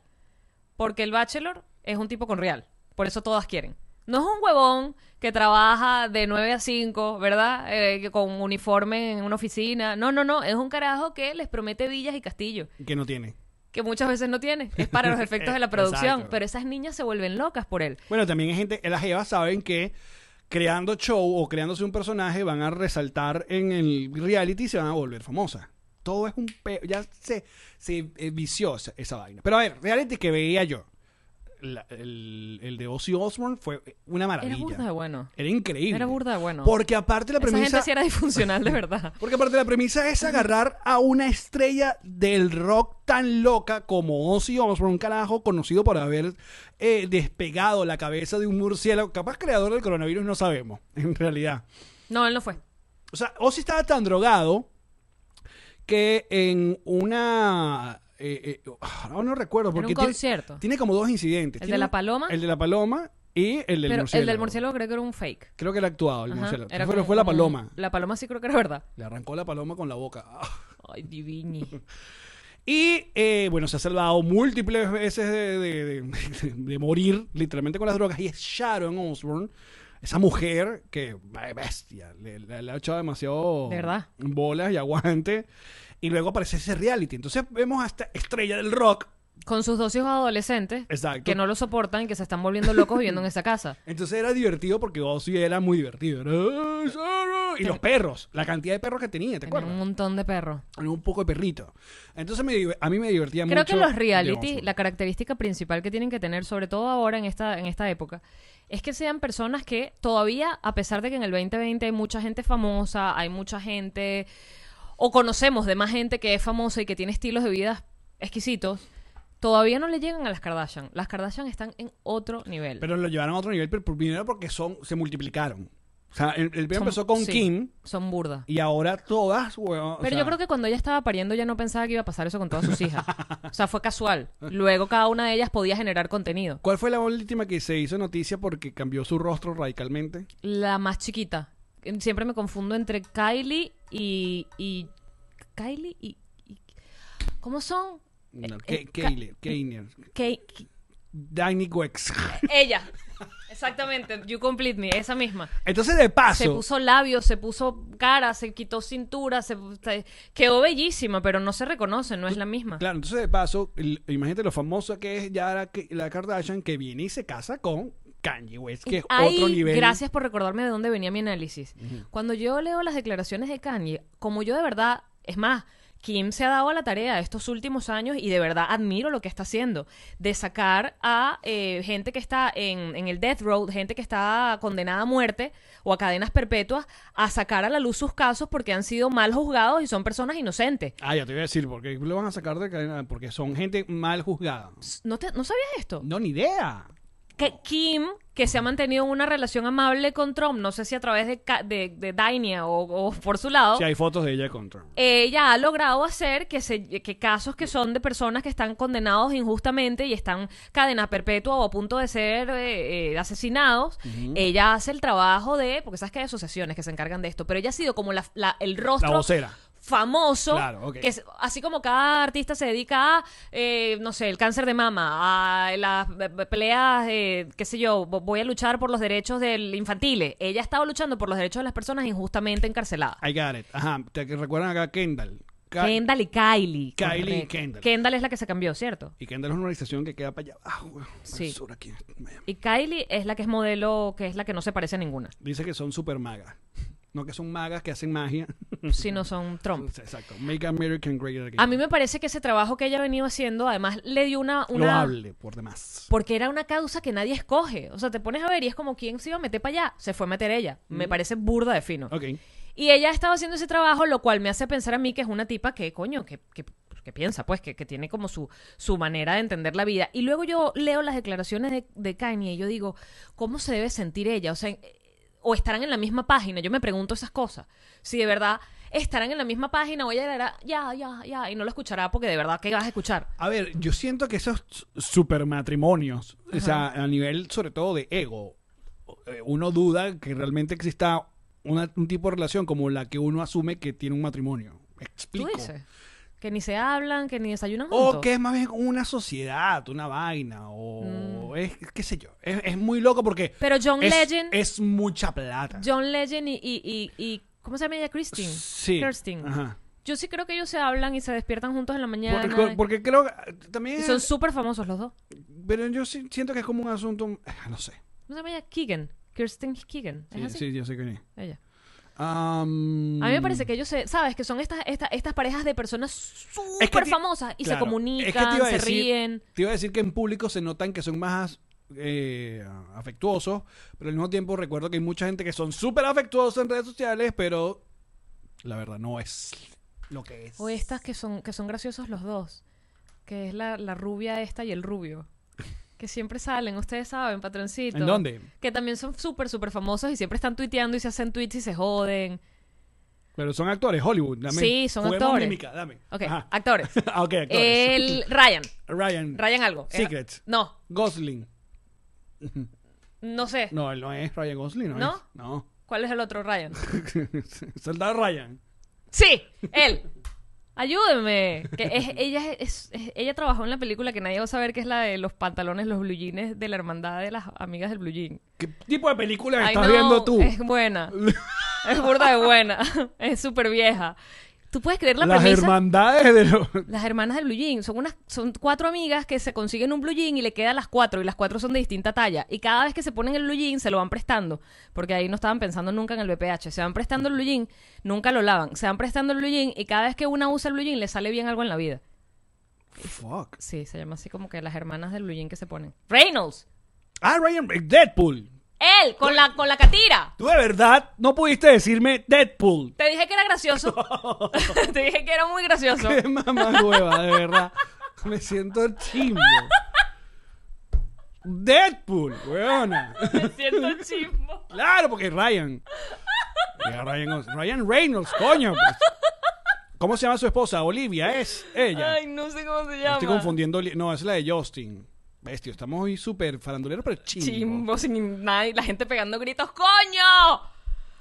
Speaker 2: Porque el Bachelor es un tipo con real. Por eso todas quieren. No es un huevón que trabaja de 9 a 5, ¿verdad? Eh, que con uniforme en una oficina. No, no, no. Es un carajo que les promete villas y castillos
Speaker 1: Que no tiene.
Speaker 2: que muchas veces no tiene. Es para los efectos de la producción.
Speaker 1: Exacto.
Speaker 2: Pero esas niñas se vuelven locas por él.
Speaker 1: Bueno, también hay gente, las jevas saben que creando show o creándose un personaje van a resaltar en el reality y se van a volver famosas. Todo es un pe... ya se, se es viciosa esa vaina. Pero a ver, reality que veía yo. La- el, el de Ozzy Osbourne fue una maravilla.
Speaker 2: Era burda de bueno.
Speaker 1: Era increíble.
Speaker 2: Era burda de bueno.
Speaker 1: Porque aparte la
Speaker 2: Esa gente
Speaker 1: premisa
Speaker 2: sí era disfuncional, de verdad.
Speaker 1: porque aparte la premisa es agarrar a una estrella del rock tan loca como Ozzy Osbourne, un carajo conocido por haber eh, despegado la cabeza de un murciélago, capaz creador del coronavirus, no sabemos, en realidad.
Speaker 2: No, él no fue.
Speaker 1: O sea, Ozzy estaba tan drogado que en una... eh, eh, ahora no recuerdo,
Speaker 2: En
Speaker 1: porque
Speaker 2: un
Speaker 1: tiene-
Speaker 2: concierto.
Speaker 1: Tiene, como dos incidentes.
Speaker 2: ¿El de
Speaker 1: Tiene
Speaker 2: la
Speaker 1: un-
Speaker 2: paloma?
Speaker 1: El de la paloma y el del
Speaker 2: pero
Speaker 1: murciélago.
Speaker 2: el del murciélago creo que era un fake.
Speaker 1: Creo que era actuado el
Speaker 2: Ajá,
Speaker 1: murciélago.
Speaker 2: era
Speaker 1: pero
Speaker 2: como-
Speaker 1: fue la
Speaker 2: como-
Speaker 1: paloma.
Speaker 2: La paloma sí creo que era verdad.
Speaker 1: Le arrancó la paloma con la boca.
Speaker 2: Ay, divini.
Speaker 1: Y eh, bueno, se ha salvado múltiples veces de, de- de- de morir literalmente con las drogas. Y es Sharon Osbourne, esa mujer que, ay, bestia, le, le- le ha echado demasiado
Speaker 2: De verdad.
Speaker 1: bolas y aguante. Y luego aparece ese reality. Entonces vemos hasta estrella del rock.
Speaker 2: Con sus dos hijos adolescentes
Speaker 1: Exacto.
Speaker 2: que no lo soportan y que se están volviendo locos viviendo en esa casa.
Speaker 1: Entonces era divertido porque Ozzy era muy divertido. Era, "Ay, Sharon". Y los perros, la cantidad de perros que tenía, ¿te
Speaker 2: Tenían
Speaker 1: acuerdas?
Speaker 2: un montón de perros.
Speaker 1: Era Un poco de perrito. Entonces me div- a mí me divertía
Speaker 2: Creo
Speaker 1: mucho.
Speaker 2: que los
Speaker 1: de
Speaker 2: reality,
Speaker 1: Osbourne.
Speaker 2: la característica principal que tienen que tener, sobre todo ahora en esta, en esta época, es que sean personas que todavía, a pesar de que en el 2020 hay mucha gente famosa, hay mucha gente, o conocemos de más gente que es famosa y que tiene estilos de vida exquisitos, todavía no le llegan a las Kardashian. Las Kardashian están en otro nivel.
Speaker 1: Pero lo llevaron a otro nivel, pero primero porque son, se multiplicaron. O sea, el, el primero
Speaker 2: Son-
Speaker 1: empezó con
Speaker 2: sí,
Speaker 1: Kim
Speaker 2: Son burda.
Speaker 1: y ahora todas, weón.
Speaker 2: Pero yo creo que cuando ella estaba pariendo ya no pensaba que iba a pasar eso con todas sus hijas. O sea, fue casual. Luego cada una de ellas podía generar contenido.
Speaker 1: ¿Cuál fue la última que se hizo noticia porque cambió su rostro radicalmente?
Speaker 2: La más chiquita. Siempre me confundo entre Kylie y. y Kylie y. y- ¿Cómo son?
Speaker 1: No,
Speaker 2: eh,
Speaker 1: Ke- Keylor, Keynor.
Speaker 2: Kay-
Speaker 1: Danny Wex.
Speaker 2: ella. Exactamente, you complete me, esa misma.
Speaker 1: Entonces, de paso.
Speaker 2: Se puso labios, se puso cara, se quitó cintura, se, se- quedó bellísima, pero no se reconoce, no es la misma.
Speaker 1: Claro, entonces de paso, el- imagínate lo famosa que es ya la, la Kardashian que viene y se casa con Kanye West, que es
Speaker 2: Ahí,
Speaker 1: otro nivel.
Speaker 2: Gracias por recordarme de dónde venía mi análisis. Cuando yo leo las declaraciones de Kanye, como yo de verdad, es más, Kim se ha dado a la tarea estos últimos años y de verdad admiro lo que está haciendo, de sacar a eh, gente que está en, en el death road, gente que está condenada a muerte o a cadenas perpetuas, a sacar a la luz sus casos porque han sido mal juzgados y son personas inocentes.
Speaker 1: Ah, ya te voy a decir, porque lo van a sacar de cadena, porque son gente mal juzgada.
Speaker 2: ¿No, te- no sabías esto?
Speaker 1: No, ni idea.
Speaker 2: que Kim, que se ha mantenido en una relación amable con Trump, no sé si a través de, Ka- de, de Dainia o, o por su lado,
Speaker 1: Si hay fotos de ella con Trump.
Speaker 2: ella ha logrado hacer que, se, que casos que son de personas que están condenados injustamente y están cadena perpetua o a punto de ser eh, eh, asesinados, ella hace el trabajo de, porque sabes que hay asociaciones que se encargan de esto, pero ella ha sido como la- la- el rostro
Speaker 1: La vocera.
Speaker 2: famoso,
Speaker 1: Claro, ok.
Speaker 2: que es- así como cada artista se dedica a, eh, no sé, el cáncer de mama, a las b- b- peleas, eh, qué sé yo, vo- voy a luchar por los derechos del infantil. Ella ha estado luchando por los derechos de las personas injustamente encarceladas.
Speaker 1: I got it. Ajá, te que recuerdan acá a Kendall. Ka-
Speaker 2: Kendall y
Speaker 1: Kylie
Speaker 2: Kylie.
Speaker 1: y
Speaker 2: correcto.
Speaker 1: Kendall.
Speaker 2: Kendall es la que se cambió, ¿cierto?
Speaker 1: Y Kendall es una organización que queda para allá abajo,
Speaker 2: Sí.
Speaker 1: al sur, aquí en Miami.
Speaker 2: Y Kylie es la que es modelo, que es la que no se parece a ninguna,
Speaker 1: Dice que son super magas. No que son magas que hacen magia.
Speaker 2: sino son Trump.
Speaker 1: Exacto. Make American Great Again.
Speaker 2: A mí me parece que ese trabajo que ella ha venido haciendo, además le dio una...
Speaker 1: Lo
Speaker 2: una
Speaker 1: hable por demás.
Speaker 2: Porque era una causa que nadie escoge. O sea, te pones a ver y es como, ¿quién se iba a meter para allá? Se fue a meter ella. Me parece burda de fino.
Speaker 1: Ok.
Speaker 2: Y ella ha estado haciendo ese trabajo, lo cual me hace pensar a mí que es una tipa que, coño, que, que- que piensa, pues, que, que tiene como su, su manera de entender la vida. Y luego yo leo las declaraciones de, de Kanye y yo digo, ¿cómo se debe sentir ella? O sea, eh, o estarán en la misma página. Yo me pregunto esas cosas. Si de verdad estarán en la misma página o ella era, ya, ya, ya, y no lo escuchará porque de verdad, ¿qué vas a escuchar?
Speaker 1: A ver, yo siento que esos supermatrimonios, o sea, a nivel sobre todo de ego, eh, uno duda que realmente exista una- un tipo de relación como la que uno asume que tiene un matrimonio. ¿Me
Speaker 2: ¿Tú
Speaker 1: Explico.
Speaker 2: dices? Que ni se hablan, que ni desayunan juntos.
Speaker 1: O que es más bien una sociedad, una vaina, o es, qué sé yo. Es, es muy loco porque...
Speaker 2: Mm. Pero John
Speaker 1: es,
Speaker 2: Legend-
Speaker 1: Es mucha plata.
Speaker 2: John Legend y, y, y, y- ¿cómo se llama ella? Christine.
Speaker 1: Sí.
Speaker 2: Kirsten.
Speaker 1: Ajá.
Speaker 2: Yo sí creo que ellos se hablan y se despiertan juntos en la mañana.
Speaker 1: Porque, porque creo que eh, también...
Speaker 2: y son súper famosos los dos.
Speaker 1: Pero yo sí siento que es como un asunto... eh, No sé.
Speaker 2: ¿Cómo se llama ella? Keegan. Kirsten Keegan. ¿Es
Speaker 1: Sí,
Speaker 2: así?
Speaker 1: sí, yo sé que es.
Speaker 2: Ella.
Speaker 1: Am,
Speaker 2: A mí me parece que ellos, se, ¿sabes? Que son estas, estas, estas parejas de personas súper
Speaker 1: Es que ti-
Speaker 2: famosas y se
Speaker 1: claro,
Speaker 2: comunican,
Speaker 1: es que te iba a
Speaker 2: se
Speaker 1: decir-
Speaker 2: ríen.
Speaker 1: Te iba a decir que en público se notan que son más eh, afectuosos, pero al mismo tiempo recuerdo que hay mucha gente que son súper afectuosos en redes sociales, pero la verdad no es lo que es.
Speaker 2: O estas que son, que son graciosos los dos. Que es la, la rubia esta y el rubio. Que siempre salen, ustedes saben, patroncito.
Speaker 1: ¿En dónde?
Speaker 2: Que también son súper, súper famosos y siempre están tuiteando y se hacen tweets y se joden.
Speaker 1: Pero son actores, Hollywood. Dame,
Speaker 2: Sí, son
Speaker 1: juguemos
Speaker 2: actores.
Speaker 1: mímica, dame.
Speaker 2: Ok,
Speaker 1: Ajá.
Speaker 2: actores.
Speaker 1: Ah, ok, actores.
Speaker 2: El Ryan.
Speaker 1: Ryan.
Speaker 2: Ryan algo. Eh,
Speaker 1: Secret.
Speaker 2: no,
Speaker 1: Gosling.
Speaker 2: no sé.
Speaker 1: No, él no es Ryan Gosling, ¿no?
Speaker 2: ¿No?
Speaker 1: es? No.
Speaker 2: ¿Cuál es el otro Ryan?
Speaker 1: Soldado Ryan.
Speaker 2: Sí, él. Ayúdenme. Que es- ella, es- es- ella trabajó en la película que nadie va a saber que es la de los pantalones, los blue jeans de la hermandad de las amigas del blue jean.
Speaker 1: ¿Qué tipo de película
Speaker 2: Ay,
Speaker 1: estás
Speaker 2: no,
Speaker 1: viendo tú?
Speaker 2: Es buena. es burda de buena. Es súper vieja. ¿Tú puedes creer la
Speaker 1: Las
Speaker 2: premisa?
Speaker 1: hermandades de los...
Speaker 2: Las hermanas del blue jean son unas son cuatro amigas que se consiguen un blue jean y le quedan las cuatro y las cuatro son de distinta talla y cada vez que se ponen el blue jean se lo van prestando porque ahí no estaban pensando nunca en el BPH se van prestando el blue jean nunca lo lavan se van prestando el blue jean y cada vez que una usa el blue jean le sale bien algo en la vida
Speaker 1: Fuck.
Speaker 2: sí se llama así como que las hermanas del blue jean que se ponen Reynolds
Speaker 1: Ah, Ryan, Deadpool.
Speaker 2: él con la con la catira
Speaker 1: Tú de verdad no pudiste decirme Deadpool.
Speaker 2: te dije que era gracioso te dije que era muy gracioso
Speaker 1: Qué mamá hueva, de verdad. Me siento el chimbo. Deadpool, weona.
Speaker 2: me siento chismo
Speaker 1: Claro, porque Ryan. Ya, Ryan, Gos- Ryan Reynolds, coño. pues. ¿Cómo se llama su esposa? Olivia, es ella.
Speaker 2: ay no sé cómo se llama
Speaker 1: Estoy confundiendo. Oli- No, es la de Justin. Bestia, estamos hoy súper faranduleros, pero chimbo. pues.
Speaker 2: chimbo sin nadie, la gente pegando gritos, ¡coño!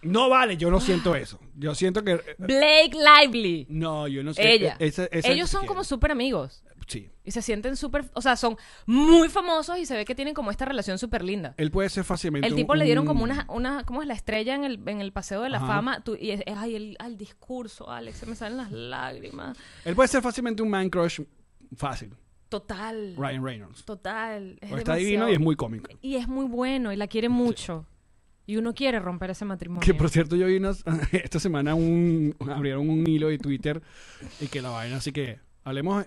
Speaker 1: No vale, yo no siento eso. Yo siento que. eh,
Speaker 2: Blake Lively.
Speaker 1: No, yo no sé.
Speaker 2: Ella.
Speaker 1: Eh, esa- esa
Speaker 2: Ellos son
Speaker 1: siquiera.
Speaker 2: como súper amigos.
Speaker 1: Sí.
Speaker 2: Y se sienten súper. O sea, son muy famosos y se ve que tienen como esta relación súper linda.
Speaker 1: Él puede ser fácilmente.
Speaker 2: El
Speaker 1: Eh, un-
Speaker 2: tipo le dieron como
Speaker 1: un-
Speaker 2: una, una ¿cómo es? La estrella en el, en el Paseo de la
Speaker 1: Ajá.
Speaker 2: Fama. Tú- y es- es- ay, el, ay, el discurso, Alex, se me salen las lágrimas.
Speaker 1: Él puede ser fácilmente un man crush fácil.
Speaker 2: Total.
Speaker 1: Ryan Reynolds.
Speaker 2: Total.
Speaker 1: O
Speaker 2: Es
Speaker 1: Pues está
Speaker 2: demasiado-
Speaker 1: divino y es muy cómico.
Speaker 2: Y es muy bueno y la quiere mucho. Y uno quiere romper ese matrimonio.
Speaker 1: Que por cierto, yo vi unas- esta semana un, abrieron un hilo de Twitter y que la vaina, así que hablemos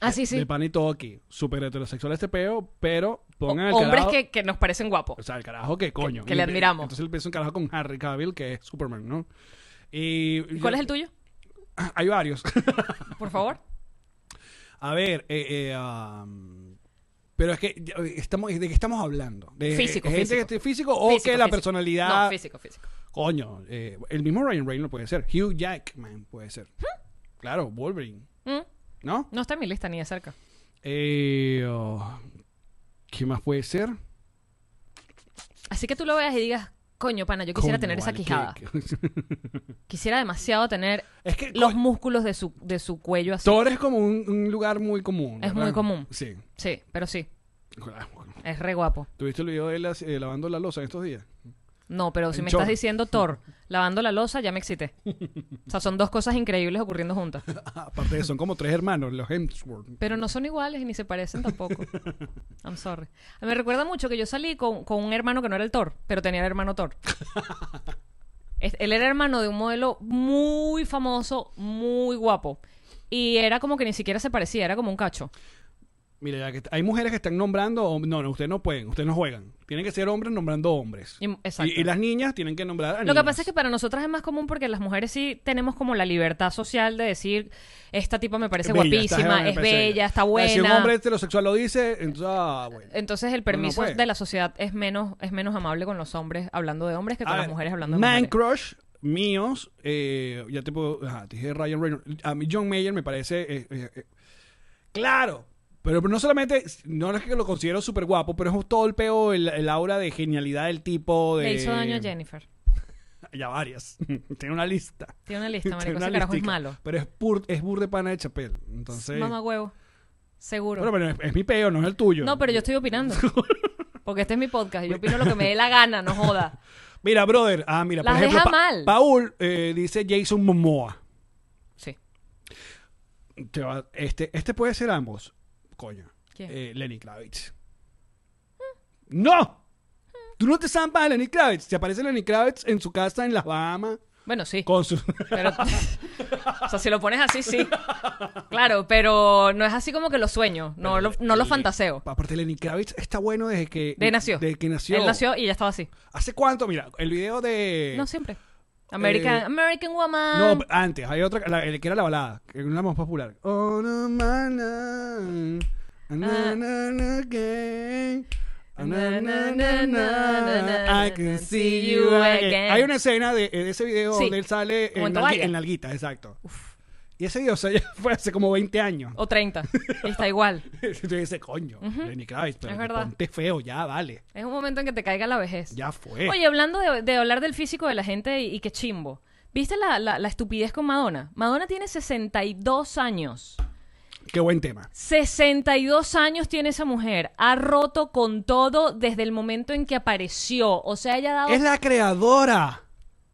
Speaker 2: ah, sí, sí.
Speaker 1: de pan y todo aquí. Súper heterosexual este peo, pero pongan el
Speaker 2: Hombres
Speaker 1: carajo.
Speaker 2: que, que nos parecen
Speaker 1: O
Speaker 2: guapos.
Speaker 1: sea, el carajo que coño.
Speaker 2: que
Speaker 1: Y-
Speaker 2: le admiramos.
Speaker 1: Entonces él piensa un carajo con Harry Cavill, que es Superman, ¿no? Y,
Speaker 2: ¿Cuál es el tuyo?
Speaker 1: Hay varios.
Speaker 2: Por favor.
Speaker 1: A ver, eh, eh, am, pero es que ya, eh, estamos, ¿de qué estamos hablando? ¿De
Speaker 2: Físico,
Speaker 1: gente
Speaker 2: físico.
Speaker 1: que esté físico o
Speaker 2: Físico,
Speaker 1: que la
Speaker 2: físico.
Speaker 1: personalidad...
Speaker 2: No, físico, físico.
Speaker 1: Coño, eh, el mismo Ryan Reynolds puede ser. Hugh Jackman puede ser. Claro, Wolverine,
Speaker 2: Mm,
Speaker 1: ¿no?
Speaker 2: No está en mi lista ni de cerca.
Speaker 1: Eh, oh, ¿Qué más puede ser?
Speaker 2: Así que tú lo veas y digas, coño, pana, yo quisiera
Speaker 1: Coño,
Speaker 2: tener esa
Speaker 1: vale,
Speaker 2: quijada.
Speaker 1: qué-
Speaker 2: Quisiera demasiado tener
Speaker 1: Es que
Speaker 2: los
Speaker 1: coño,
Speaker 2: músculos de su, de su cuello así.
Speaker 1: Thor es como un, un lugar muy común.
Speaker 2: Es muy común.
Speaker 1: Sí.
Speaker 2: Sí, pero sí, es re guapo.
Speaker 1: ¿Tuviste el video de él eh, lavando la losa en estos días?
Speaker 2: No, pero si
Speaker 1: En
Speaker 2: me
Speaker 1: short.
Speaker 2: estás diciendo Thor lavando la losa, ya me excité. O sea, son dos cosas increíbles ocurriendo juntas.
Speaker 1: Ah, Aparte de eso, son como tres hermanos, los Hemsworth.
Speaker 2: Pero no son iguales y ni se parecen tampoco. I'm sorry. Me recuerda mucho que yo salí con, con un hermano que no era el Thor, pero tenía el hermano Thor. Es- Él era hermano de un modelo muy famoso, muy guapo. Y era como que ni siquiera se parecía, era como un cacho.
Speaker 1: Mira, ya que t- hay mujeres que están nombrando. hom- No, no, ustedes no pueden, ustedes no juegan. Tienen que ser hombres nombrando hombres.
Speaker 2: Y- exacto.
Speaker 1: Y, y las niñas tienen que nombrar. A
Speaker 2: Lo que pasa es que para nosotras es más común porque las mujeres sí tenemos como la libertad social de decir, esta tipa me parece guapísima, es bella, está buena.
Speaker 1: Si un hombre heterosexual lo dice, entonces, ah, bueno.
Speaker 2: Entonces el
Speaker 1: Pero no pues.
Speaker 2: permiso
Speaker 1: puede.
Speaker 2: de la sociedad es menos, es menos amable con los hombres hablando de hombres que con
Speaker 1: A
Speaker 2: las
Speaker 1: ver,
Speaker 2: mujeres hablando de
Speaker 1: Ah, Man
Speaker 2: mujeres.
Speaker 1: Crush míos, eh, ya te puedo. Ajá, te dije Ryan Reynolds. A mí John Mayer me parece. eh, eh, eh, claro. Pero no solamente, no es que lo considero súper guapo, pero es todo el peo, el, el aura de genialidad del tipo. De,
Speaker 2: Le hizo daño a Jennifer.
Speaker 1: Ya varias. Tiene una lista.
Speaker 2: Tiene una lista,
Speaker 1: Tiene
Speaker 2: marico.
Speaker 1: una
Speaker 2: Ese carajo es
Speaker 1: listica.
Speaker 2: malo.
Speaker 1: Pero es pur, es bur de pana de chapel. Entonces.
Speaker 2: Mamá huevo. Seguro.
Speaker 1: Pero, pero es, es mi peo, no es el tuyo.
Speaker 2: no, pero yo estoy opinando. Porque este es mi podcast. y Yo opino lo que me dé la gana, no joda.
Speaker 1: Mira, brother. Ah, mira, por
Speaker 2: Las
Speaker 1: ejemplo.
Speaker 2: deja
Speaker 1: Pa-
Speaker 2: mal.
Speaker 1: Paul eh, dice Jason Momoa.
Speaker 2: Sí.
Speaker 1: Te va- este, este puede ser ambos. Coño.
Speaker 2: ¿Quién?
Speaker 1: Eh, Lenny Kravitz. ¡No! Tú no te zampas a Lenny Kravitz. Te aparece Lenny Kravitz en su casa en las Bahamas
Speaker 2: Bueno, sí.
Speaker 1: con su.
Speaker 2: Pero, o sea, si lo pones así, sí. Claro, pero no es así como que lo sueño. No lo, no lo fantaseo.
Speaker 1: Aparte, Lenny Kravitz está bueno desde que.
Speaker 2: De ahí nació.
Speaker 1: Desde que nació.
Speaker 2: Él nació y ya estaba así.
Speaker 1: ¿Hace cuánto? Mira, el video de.
Speaker 2: No siempre. American,
Speaker 1: eh,
Speaker 2: American Woman.
Speaker 1: No, antes, hay otra, la- el que era la balada, que era la más popular. Oh, no, ma, na, na,
Speaker 2: Ah.
Speaker 1: na, na, again. Ah,
Speaker 2: Na, na, na, na, na,
Speaker 1: I can
Speaker 2: na,
Speaker 1: see you again. Hay una escena de, de ese video
Speaker 2: Sí,
Speaker 1: donde él sale
Speaker 2: como
Speaker 1: en,
Speaker 2: en
Speaker 1: nalgui-
Speaker 2: toalla.
Speaker 1: en nalguita, exacto. Y ese video o sea, ya fue hace como 20 años.
Speaker 2: O 30. Y está igual.
Speaker 1: Entonces dice, coño, Lenny Kravitz, pero
Speaker 2: Es
Speaker 1: que
Speaker 2: verdad.
Speaker 1: ponte feo, ya vale,
Speaker 2: Es un momento en que te caiga la vejez.
Speaker 1: ya eh. fue.
Speaker 2: Oye, hablando de, de hablar del físico de la gente y, y qué chimbo. ¿Viste la, la- la estupidez con Madonna? Madonna tiene 62 años.
Speaker 1: Qué buen tema.
Speaker 2: 62 años tiene esa mujer. Ha roto con todo desde el momento en que apareció. O sea, ella ha dado
Speaker 1: Es la creadora.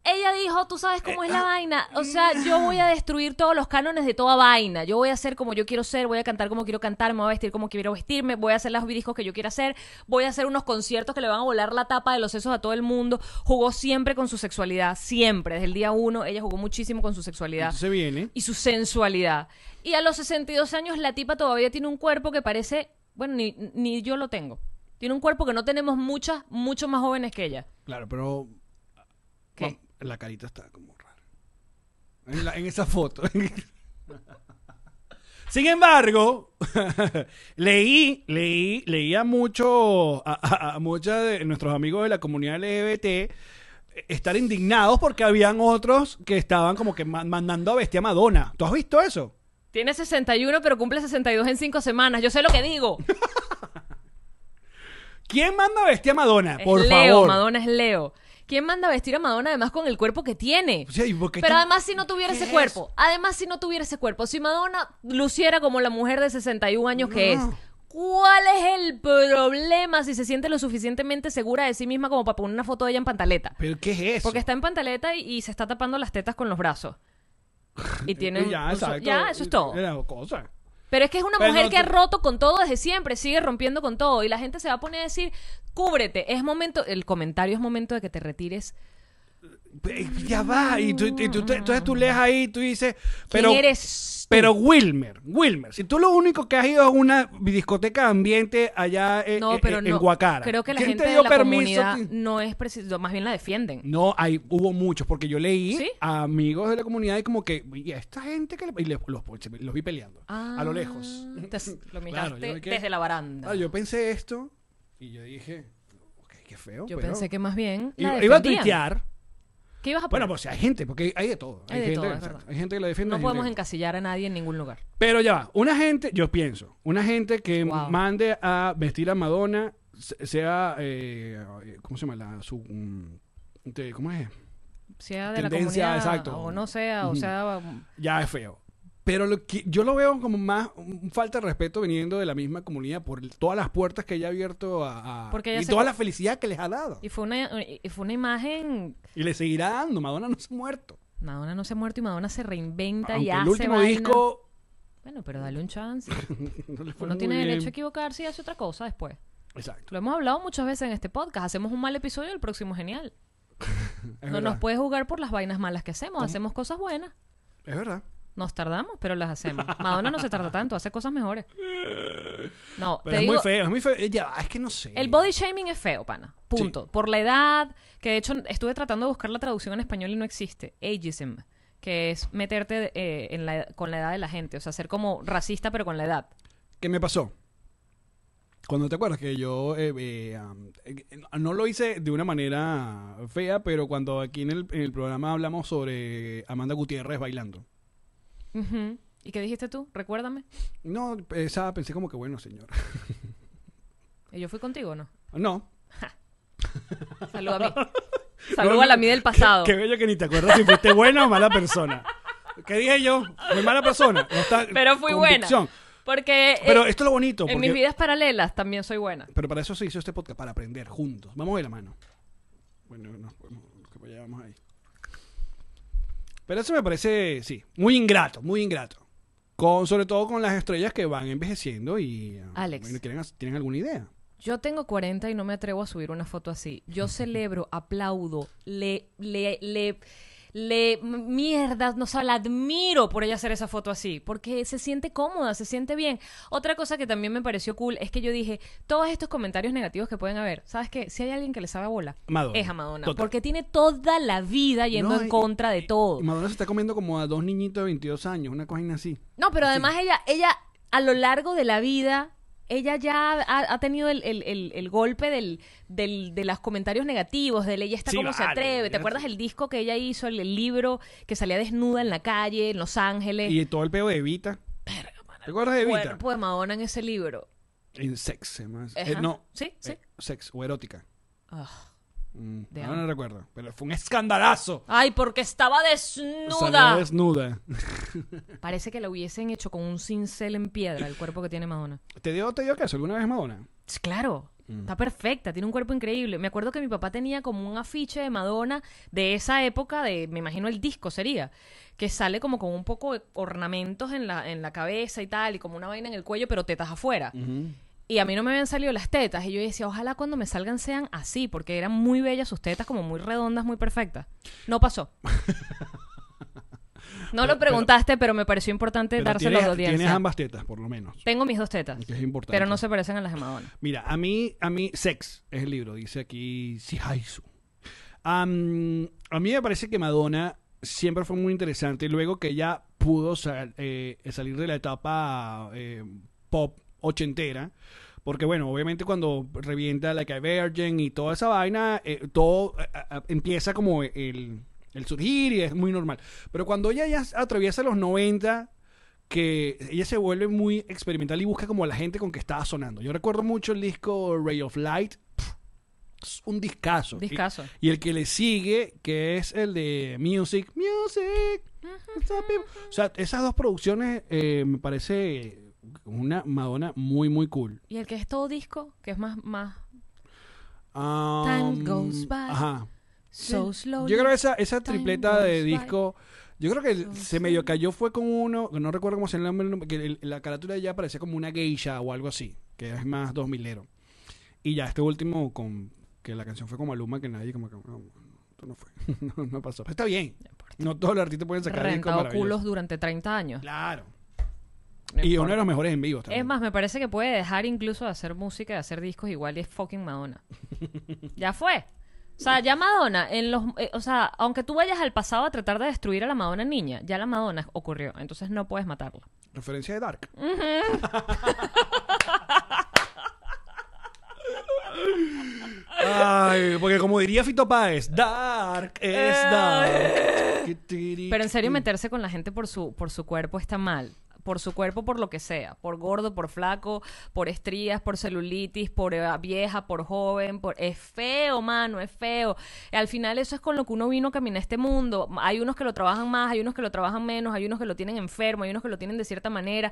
Speaker 2: ella dijo, tú sabes cómo es la vaina. O sea, yo voy a destruir todos los cánones de toda vaina. Yo voy a ser como yo quiero ser, voy a cantar como quiero cantar, me voy a vestir como quiero vestirme, voy a hacer los discos que yo quiera hacer, voy a hacer unos conciertos que le van a volar la tapa de los sesos a todo el mundo. Jugó siempre con su sexualidad, siempre. Desde el día uno, ella jugó muchísimo con su sexualidad
Speaker 1: Entonces viene.
Speaker 2: y su sensualidad. Y a los 62 años la tipa todavía tiene un cuerpo que parece, bueno, ni, ni yo lo tengo. Tiene un cuerpo que no tenemos muchas, mucho más jóvenes que ella.
Speaker 1: Claro, pero.
Speaker 2: ¿Qué?
Speaker 1: Mam, La carita está como rara. En, la- en esa foto. Sin embargo, leí, leí, leía mucho a, a- a muchos de nuestros amigos de la comunidad LGBT eh, estar indignados porque habían otros que estaban como que ma- mandando a bestia a Madonna. ¿Tú has visto eso?
Speaker 2: Tiene 61, pero cumple 62 en 5 semanas. Yo sé lo que digo.
Speaker 1: ¿Quién manda a bestia a Madonna?
Speaker 2: Es
Speaker 1: Por
Speaker 2: Leo,
Speaker 1: favor.
Speaker 2: Madonna es Leo. ¿Quién manda a vestir a Madonna además con el cuerpo que tiene?
Speaker 1: O sea, ¿y por qué
Speaker 2: Pero
Speaker 1: tan-
Speaker 2: además si no tuviera
Speaker 1: ¿Qué
Speaker 2: ese
Speaker 1: es?
Speaker 2: cuerpo, además si no tuviera ese cuerpo, si Madonna luciera como la mujer de 61 años que es,
Speaker 1: No.
Speaker 2: ¿cuál es el problema si se siente lo suficientemente segura de sí misma como para poner una foto de ella en pantaleta?
Speaker 1: ¿Pero qué es eso?
Speaker 2: Porque está en pantaleta y, y se está tapando las tetas con los brazos. Y tiene
Speaker 1: Y ya,
Speaker 2: un-
Speaker 1: exacto.
Speaker 2: ya, eso es todo.
Speaker 1: Era cosa.
Speaker 2: Pero es que es una
Speaker 1: Pero
Speaker 2: mujer
Speaker 1: no,
Speaker 2: que ha
Speaker 1: tú-
Speaker 2: roto con todo desde siempre, sigue rompiendo con todo. Y la gente se va a poner a decir, cúbrete, es momento, el comentario es momento de que te retires.
Speaker 1: Eh, Ya va. Y tú, y tú- te- entonces tú lees ahí y tú dices. Pero,
Speaker 2: eres tú?
Speaker 1: Pero Wilmer, Wilmer, si tú lo único que has ido a una discoteca de ambiente allá eh,
Speaker 2: No,
Speaker 1: eh,
Speaker 2: pero
Speaker 1: en
Speaker 2: no.
Speaker 1: Guacara.
Speaker 2: Creo que la
Speaker 1: ¿quién
Speaker 2: gente
Speaker 1: te
Speaker 2: de
Speaker 1: dio
Speaker 2: la
Speaker 1: permiso?
Speaker 2: comunidad
Speaker 1: ¿Quién-
Speaker 2: no es preciso, más bien la defienden.
Speaker 1: No, hay, hubo muchos, porque yo leí
Speaker 2: ¿Sí?
Speaker 1: a amigos de la comunidad y como que, y a esta gente que... le- y le- los, los- los vi peleando, a lo lejos.
Speaker 2: Ah, entonces, lo miraste
Speaker 1: Claro, yo me quedé-
Speaker 2: desde la baranda.
Speaker 1: Ah, yo pensé esto y yo dije, ok, qué feo.
Speaker 2: Yo
Speaker 1: pero-
Speaker 2: pensé que más bien la
Speaker 1: Iba, iba a
Speaker 2: defendían.
Speaker 1: tuitear.
Speaker 2: ¿Qué ibas a poner?
Speaker 1: Bueno, pues hay gente, porque hay de todo.
Speaker 2: Hay de
Speaker 1: gente,
Speaker 2: todo, es
Speaker 1: exacto,
Speaker 2: verdad.
Speaker 1: hay gente que la defiende.
Speaker 2: no
Speaker 1: hay gente
Speaker 2: podemos
Speaker 1: que-
Speaker 2: encasillar a nadie en ningún lugar.
Speaker 1: Pero ya va, una gente, yo pienso, una gente que
Speaker 2: Wow.
Speaker 1: mande a vestir a Madonna, se- sea, eh, ¿cómo se llama? La, su, mm, te- ¿Cómo es?
Speaker 2: Sea de la
Speaker 1: Tendencia,
Speaker 2: comunidad
Speaker 1: exacto.
Speaker 2: o no sea, o
Speaker 1: Ujú.
Speaker 2: sea...
Speaker 1: Ya es feo. Pero lo que, yo lo veo como más un falta de respeto viniendo de la misma comunidad por el- todas las puertas que ella ha abierto a, a-
Speaker 2: Porque ella
Speaker 1: y
Speaker 2: se-
Speaker 1: toda la felicidad que les ha dado.
Speaker 2: Y fue una, y fue una imagen
Speaker 1: Y le seguirá dando. Madonna no se ha muerto.
Speaker 2: Madonna no se ha muerto y Madonna se reinventa y
Speaker 1: Aunque
Speaker 2: hace
Speaker 1: el último
Speaker 2: vaina.
Speaker 1: disco
Speaker 2: Bueno, pero dale un chance.
Speaker 1: no le fue
Speaker 2: Uno
Speaker 1: muy
Speaker 2: tiene
Speaker 1: bien.
Speaker 2: derecho a equivocarse y hace otra cosa después.
Speaker 1: Exacto.
Speaker 2: Lo hemos hablado muchas veces en este podcast. Hacemos un mal episodio, el próximo es genial.
Speaker 1: Es
Speaker 2: no
Speaker 1: verdad.
Speaker 2: nos puedes jugar por las vainas malas que hacemos. Hacemos cosas buenas.
Speaker 1: Es verdad.
Speaker 2: Nos tardamos, pero las hacemos. Madonna no se tarda tanto, hace cosas mejores. No,
Speaker 1: Pero
Speaker 2: te
Speaker 1: es
Speaker 2: digo,
Speaker 1: muy feo, es muy feo. Eh, ya, es que no sé.
Speaker 2: el body shaming es feo, pana. Punto. Por la edad, que de hecho estuve tratando de buscar la traducción en español y no existe. Ageism, que es meterte eh, en la- con la edad de la gente. O sea, ser como racista, pero con la edad.
Speaker 1: ¿Qué me pasó? Cuando te acuerdas que yo eh, eh, um, eh, no lo hice de una manera fea, pero cuando aquí en el, en el programa hablamos sobre Amanda Gutiérrez bailando.
Speaker 2: Ujú. ¿Y qué dijiste tú? Recuérdame.
Speaker 1: No, esa pensé como que bueno, señor.
Speaker 2: ¿Y Eh, yo fui contigo o no?
Speaker 1: No.
Speaker 2: Saluda a mí. Saluda
Speaker 1: No,
Speaker 2: a la
Speaker 1: no.
Speaker 2: mí del pasado.
Speaker 1: Qué bello que ni te acuerdas si fuiste buena o mala persona. ¿Qué dije yo? Muy mala persona. No está-
Speaker 2: Pero fui
Speaker 1: convicción.
Speaker 2: buena. Porque eh,
Speaker 1: Pero esto es lo bonito.
Speaker 2: en
Speaker 1: porque-
Speaker 2: mis vidas paralelas también soy buena.
Speaker 1: Pero para eso se hizo este podcast, para aprender juntos. Vamos de la mano. Bueno, no, bueno, que pues ya vamos ahí. Pero eso me parece, sí, muy ingrato, muy ingrato. Con, sobre todo con las estrellas que van envejeciendo y ah,
Speaker 2: Alex.
Speaker 1: bueno, ¿quieren hac- ¿tienen alguna idea?
Speaker 2: Yo tengo 40 y no me atrevo a subir una foto así. Yo celebro, aplaudo, le, le, le, le, m- mierda, no, o sea, la admiro por ella hacer esa foto así, porque se siente cómoda, se siente bien. Otra cosa que también me pareció cool es que yo dije, todos estos comentarios negativos que pueden haber, ¿sabes qué? Si hay alguien que le sabe bola,
Speaker 1: Madonna.
Speaker 2: es a Madonna,
Speaker 1: Total.
Speaker 2: porque tiene toda la vida yendo
Speaker 1: No,
Speaker 2: en
Speaker 1: y-
Speaker 2: contra de todo.
Speaker 1: Y Madonna se está comiendo como a dos niñitos de 22 años, una cosa así.
Speaker 2: No, pero además ella, ella a lo largo de la vida, ella ya ha, ha tenido el, el- el- el golpe del, del- de los comentarios negativos, de ella está
Speaker 1: Sí,
Speaker 2: como se
Speaker 1: vale,
Speaker 2: atreve. ¿Te
Speaker 1: ya
Speaker 2: acuerdas
Speaker 1: sí.
Speaker 2: el disco que ella hizo, el, el libro que salía desnuda en la calle, en Los Ángeles?
Speaker 1: Y todo el peo de Evita. ¿Te acuerdas de
Speaker 2: el
Speaker 1: Evita?
Speaker 2: cuerpo de Madonna en ese libro.
Speaker 1: En sex, se llama.
Speaker 2: Ajá.
Speaker 1: Eh, no.
Speaker 2: Sí, sí.
Speaker 1: Eh, sex o erótica.
Speaker 2: Ah.
Speaker 1: Mm,
Speaker 2: Damn.
Speaker 1: ahora no recuerdo. Pero fue un escandalazo.
Speaker 2: Ay, porque estaba
Speaker 1: Salió
Speaker 2: desnuda.
Speaker 1: desnuda.
Speaker 2: Parece que la hubiesen hecho con un cincel en piedra el cuerpo que tiene Madonna.
Speaker 1: ¿Te dio, te dio queso alguna vez Madonna?
Speaker 2: Ch- Claro,
Speaker 1: Mm.
Speaker 2: está perfecta, tiene un cuerpo increíble. Me acuerdo que mi papá tenía como un afiche de Madonna de esa época, de me imagino el disco sería, que sale como con un poco de ornamentos en la, en la cabeza y tal, y como una vaina en el cuello, pero tetas afuera.
Speaker 1: Mm.
Speaker 2: Y a mí no me habían salido las tetas, y yo decía, ojalá cuando me salgan sean así, porque eran muy bellas sus tetas, como muy redondas, muy perfectas. No pasó. No
Speaker 1: Pero-
Speaker 2: lo preguntaste, pero, me pareció importante
Speaker 1: Pero
Speaker 2: dárselo a la
Speaker 1: tienes,
Speaker 2: audiencia.
Speaker 1: tienes ambas tetas, por lo menos.
Speaker 2: Tengo mis dos tetas,
Speaker 1: Que es importante.
Speaker 2: pero no se parecen a las de Madonna.
Speaker 1: Mira, a mí, a mí, sex es el libro, dice aquí Sihaisu. Am, a mí me parece que Madonna siempre fue muy interesante. Luego que ella pudo sal- eh, salir de la etapa eh, pop ochentera. Porque, bueno, obviamente cuando revienta Like a Virgin y toda esa vaina, eh, todo eh, eh, empieza como el, el surgir y es muy normal. Pero cuando ella ya atraviesa los 90, que ella se vuelve muy experimental y busca como a la gente con que estaba sonando. Yo recuerdo mucho el disco Ray of Light. Pff, un discazo.
Speaker 2: Discazo.
Speaker 1: Y, y el que le sigue, que es el de Music, Music. what's up, people? O sea, esas dos producciones eh, me parece una Madonna muy, muy cool.
Speaker 2: Y el que es todo disco, que es más, más
Speaker 1: Um,
Speaker 2: Time goes by
Speaker 1: Ajá.
Speaker 2: so slow.
Speaker 1: Yo creo que esa, esa
Speaker 2: Time
Speaker 1: tripleta de
Speaker 2: goes by.
Speaker 1: disco. Yo creo que el-
Speaker 2: So
Speaker 1: se medio cayó fue con uno, no recuerdo cómo se llama el nombre, que el- la carátula ya parecía como una geisha o algo así, que es más dos milero. Y ya este último con que la canción fue como Aluma, que nadie como que no, esto no fue, no, no pasó. Pero está bien. No todos los artistas pueden sacar discos
Speaker 2: rentado
Speaker 1: maravillosos.
Speaker 2: culos durante 30 años.
Speaker 1: Claro.
Speaker 2: No
Speaker 1: Y uno
Speaker 2: importa.
Speaker 1: de los mejores en vivo también.
Speaker 2: Es más, me parece que puede dejar incluso de hacer música, de hacer discos igual y es fucking Madonna. ya fue. O sea, ya Madonna, en los, eh, o sea, aunque tú vayas al pasado a tratar de destruir a la Madonna niña, ya la Madonna ocurrió, entonces no puedes matarla.
Speaker 1: Referencia de Dark. Ay, porque como diría Fito Páez, Dark es Dark.
Speaker 2: Pero en serio, meterse con la gente por su, por su cuerpo está mal. Por su cuerpo, por lo que sea. Por gordo, por flaco, por estrías, por celulitis, por eh, vieja, por joven. Por... Es feo, mano, es feo. Al final eso es con lo que uno vino a caminar este mundo. Hay unos que lo trabajan más, hay unos que lo trabajan menos, hay unos que lo tienen enfermo, hay unos que lo tienen de cierta manera